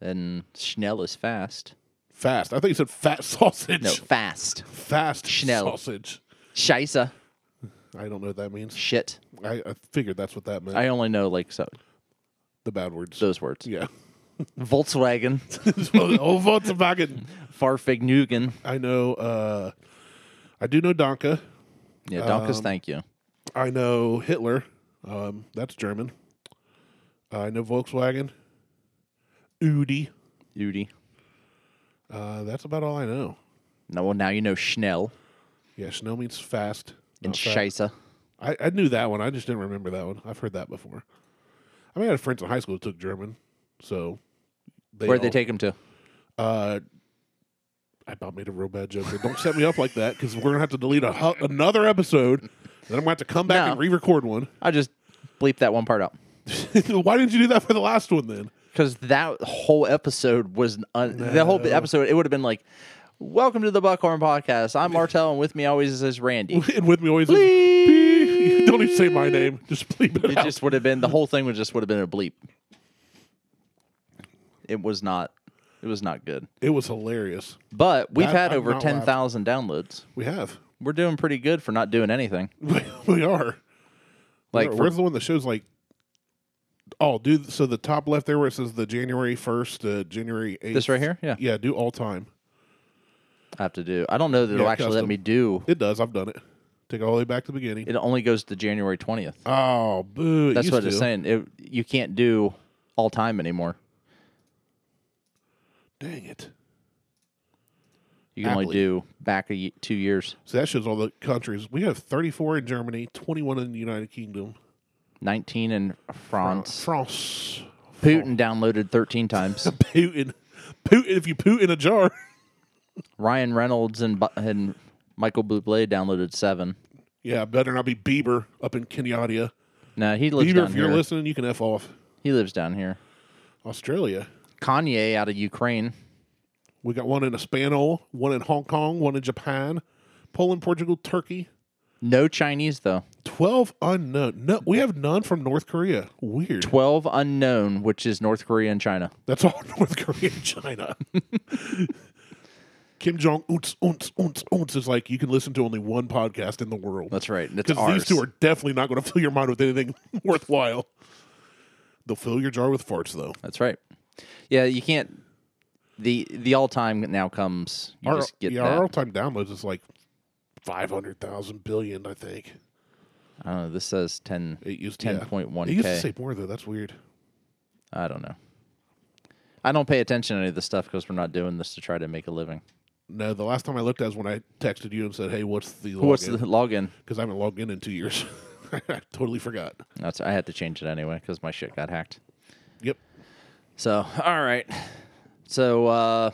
S2: and Schnell is fast.
S3: Fast. I think he said fat sausage.
S2: No, fast.
S3: Fast
S2: Schnell.
S3: sausage.
S2: Scheiße.
S3: I don't know what that means.
S2: Shit.
S3: I, I figured that's what that meant.
S2: I only know like so
S3: the bad words.
S2: those words.
S3: yeah.
S2: Volkswagen,
S3: oh, Volkswagen.
S2: Farfignugen.
S3: I know. Uh, I do know Donka.
S2: Yeah, Donkus,
S3: Um,
S2: thank you.
S3: I know Hitler. Um, that's German. I know Volkswagen. Udi.
S2: Udi.
S3: Uh, that's about all I know.
S2: No, well, now you know Schnell
S3: Yeah, Schnell means fast.
S2: and
S3: not fat.
S2: Scheisse.
S3: I, I knew that one. I just didn't remember that one. I've heard that before. I mean, I had friends in high school who took German, so they
S2: Where'd they
S3: all-
S2: take him to?
S3: Uh, I about made a real bad joke. there. Don't set me up like that because we're gonna have to delete a, hu- another episode. Then I'm gonna have to come back
S2: No.
S3: and re-record one.
S2: I just bleep that one part out.
S3: Why didn't you do that for the last one then?
S2: Because that whole episode was un- the whole episode. It would have been like, "Welcome to the Buckhorn Podcast. I'm Martel, and with me always is Randy."
S3: And with me always, is, "Beep." don't even say my name. Just bleep it,
S2: It
S3: out.
S2: just would have been the whole thing would just would have been a bleep. It was not. It was not good.
S3: It was hilarious.
S2: But we've
S3: That-
S2: had
S3: I'm
S2: over
S3: not laughing.
S2: 10,000 downloads.
S3: We have.
S2: We're doing pretty good for not doing anything.
S3: we are.
S2: Like
S3: Where-
S2: for,
S3: where's the one that shows like oh do so the top left there where it says the january 1st uh, january 8th
S2: this right here? Yeah.
S3: yeah do all time
S2: I have to do. I don't know that it'll
S3: Yeah,
S2: actually let
S3: custom.
S2: me do.
S3: it does i've done it take it all the way back to the beginning
S2: It only goes to January 20th.
S3: oh boo it
S2: That's
S3: used
S2: what
S3: to.
S2: it's saying. It, you can't do all time anymore.
S3: dang it
S2: You can
S3: Aptly.
S2: only do back a ye- 2 years.
S3: so that shows all the countries we have 34 in germany 21 in the united kingdom
S2: 19 in France.
S3: france
S2: Putin downloaded 13 times.
S3: putin putin if you poot in a jar
S2: Ryan Reynolds and Bu- and Michael Bublé downloaded 7.
S3: yeah better not be bieber up in kenyatta
S2: No, he lives
S3: bieber
S2: down
S3: if you're
S2: here.
S3: listening you can f off
S2: he lives down here.
S3: australia
S2: Kanye out of Ukraine.
S3: We got one in Espanol, one in Hong Kong, one in Japan, Poland, Portugal, Turkey.
S2: No Chinese though.
S3: Twelve unknown. No, we have none from North Korea. Weird.
S2: 12 unknown, which is North Korea and China.
S3: That's all North Korea and China. Kim Jong Un's Un's Un's Un's is like you can listen to only one podcast in the world.
S2: That's right. That's
S3: Because
S2: ours.
S3: these two are definitely not going to fill your mind with anything worthwhile. They'll fill your jar with farts, though.
S2: That's right. Yeah, you can't. The the all time now comes. You
S3: Our,
S2: just get
S3: yeah,
S2: that.
S3: our all-time downloads is like five hundred thousand billion, I think.
S2: I don't know. This says 10.
S3: It used to- yeah.
S2: 10.1K.
S3: It used to say more though. That's weird.
S2: I don't know. I don't pay attention to any of this stuff because we're not doing this to try to make a living.
S3: No, the last time I looked at is when I texted you and said, "Hey, what's the
S2: What's the
S3: login?"
S2: login?
S3: Because I haven't logged in in two years. I totally forgot.
S2: That's I had to change it anyway because my shit got hacked.
S3: Yep.
S2: So all right. So uh,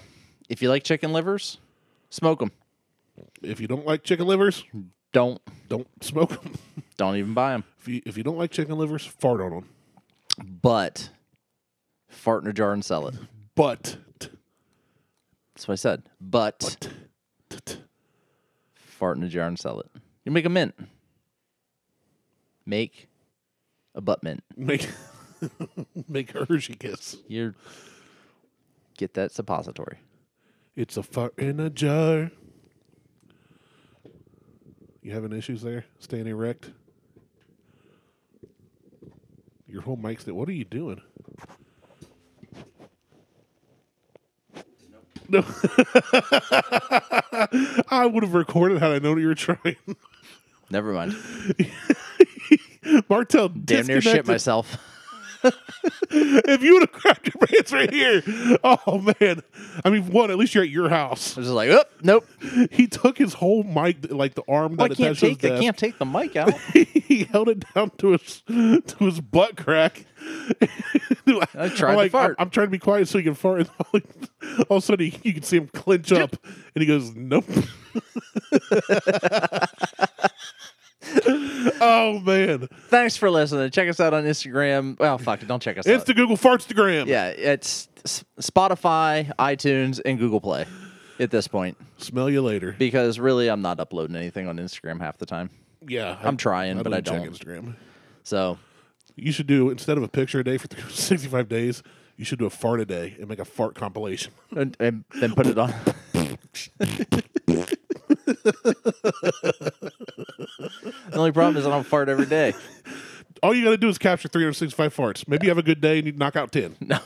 S2: if you like chicken livers, smoke them.
S3: If you don't like chicken livers,
S2: Don't
S3: don't smoke them.
S2: don't even buy them.
S3: If you if you don't like chicken livers, fart on them.
S2: but fart in a jar and sell it.
S3: But
S2: That's what I said. But, fart in a jar and sell it. You make a mint. Make a butt mint.
S3: make make a Hershey kiss.
S2: You get that suppository.
S3: It's a fart in a jar. You having issues there? Staying erect? Your whole mic's there. What are you doing? No. I would have recorded had I known you were trying.
S2: Never mind.
S3: Martel
S2: Damn near shit
S3: disconnected.
S2: myself.
S3: if you would have grabbed your pants right here, oh man! I mean, one at least you're at your house.
S2: I was just like, oh, nope.
S3: He took his whole mic, like the arm
S2: I
S3: that
S2: can't
S3: attaches to his
S2: take. I
S3: desk.
S2: can't take the mic out.
S3: he held it down to his to his butt crack.
S2: I tried
S3: I'm
S2: to
S3: like,
S2: fart.
S3: I'm, I'm trying to be quiet so he can fart. And all of a sudden, he, you can see him clinch up, and he goes, "Nope." oh
S2: Uh,
S3: man,
S2: Thanks for listening. Check us out on Instagram. Well, fuck it. Don't check us
S3: it's
S2: out.
S3: the Google Fartstagram.
S2: yeah, it's S- Spotify, iTunes, and Google Play at this point
S3: Smell you later.
S2: because really I'm not uploading anything on Instagram half the time.
S3: Yeah,
S2: I'm trying, but I
S3: check
S2: don't.
S3: Instagram.
S2: So
S3: You should do instead of a picture a day for 365 days. You should do a fart a day and make a fart compilation.
S2: and, and then put it on. the only problem is I don't fart every day.
S3: All you got to do is capture 365 farts. Maybe you have a good day and you knock out 10.
S2: No,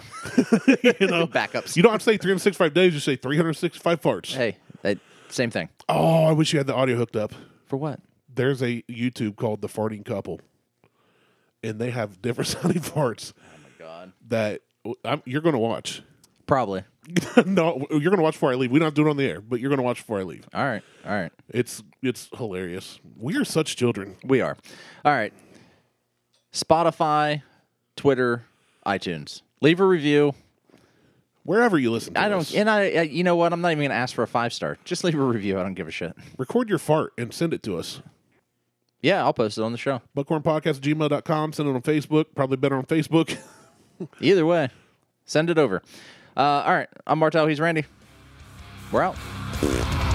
S3: you know,
S2: Backups.
S3: You don't have to say 365 days. You say 365 farts.
S2: hey, that, same thing.
S3: Oh, I wish you had the audio hooked up.
S2: For what?
S3: There's a YouTube called The Farting Couple, and they have different sounding farts
S2: God,
S3: that I'm, you're going to watch.
S2: probably.
S3: no, you're going to watch before I leave. We don't have to do it on the air, but you're going to watch before I leave.
S2: All right, all right.
S3: It's it's hilarious. We are such children.
S2: We are. All right. Spotify, Twitter, iTunes. Leave a review.
S3: Wherever you listen, to
S2: I don't,
S3: us,
S2: and I, I- you know what? I'm not even gonna ask for a five star. Just leave a review. I don't give a shit.
S3: record your fart and send it to us.
S2: Yeah, I'll post it on the show.
S3: Buckhornpodcast@gmail.com. Send it on Facebook. Probably better on Facebook.
S2: Either way, send it over. Uh, all right. I'm Martel. He's Randy. We're out.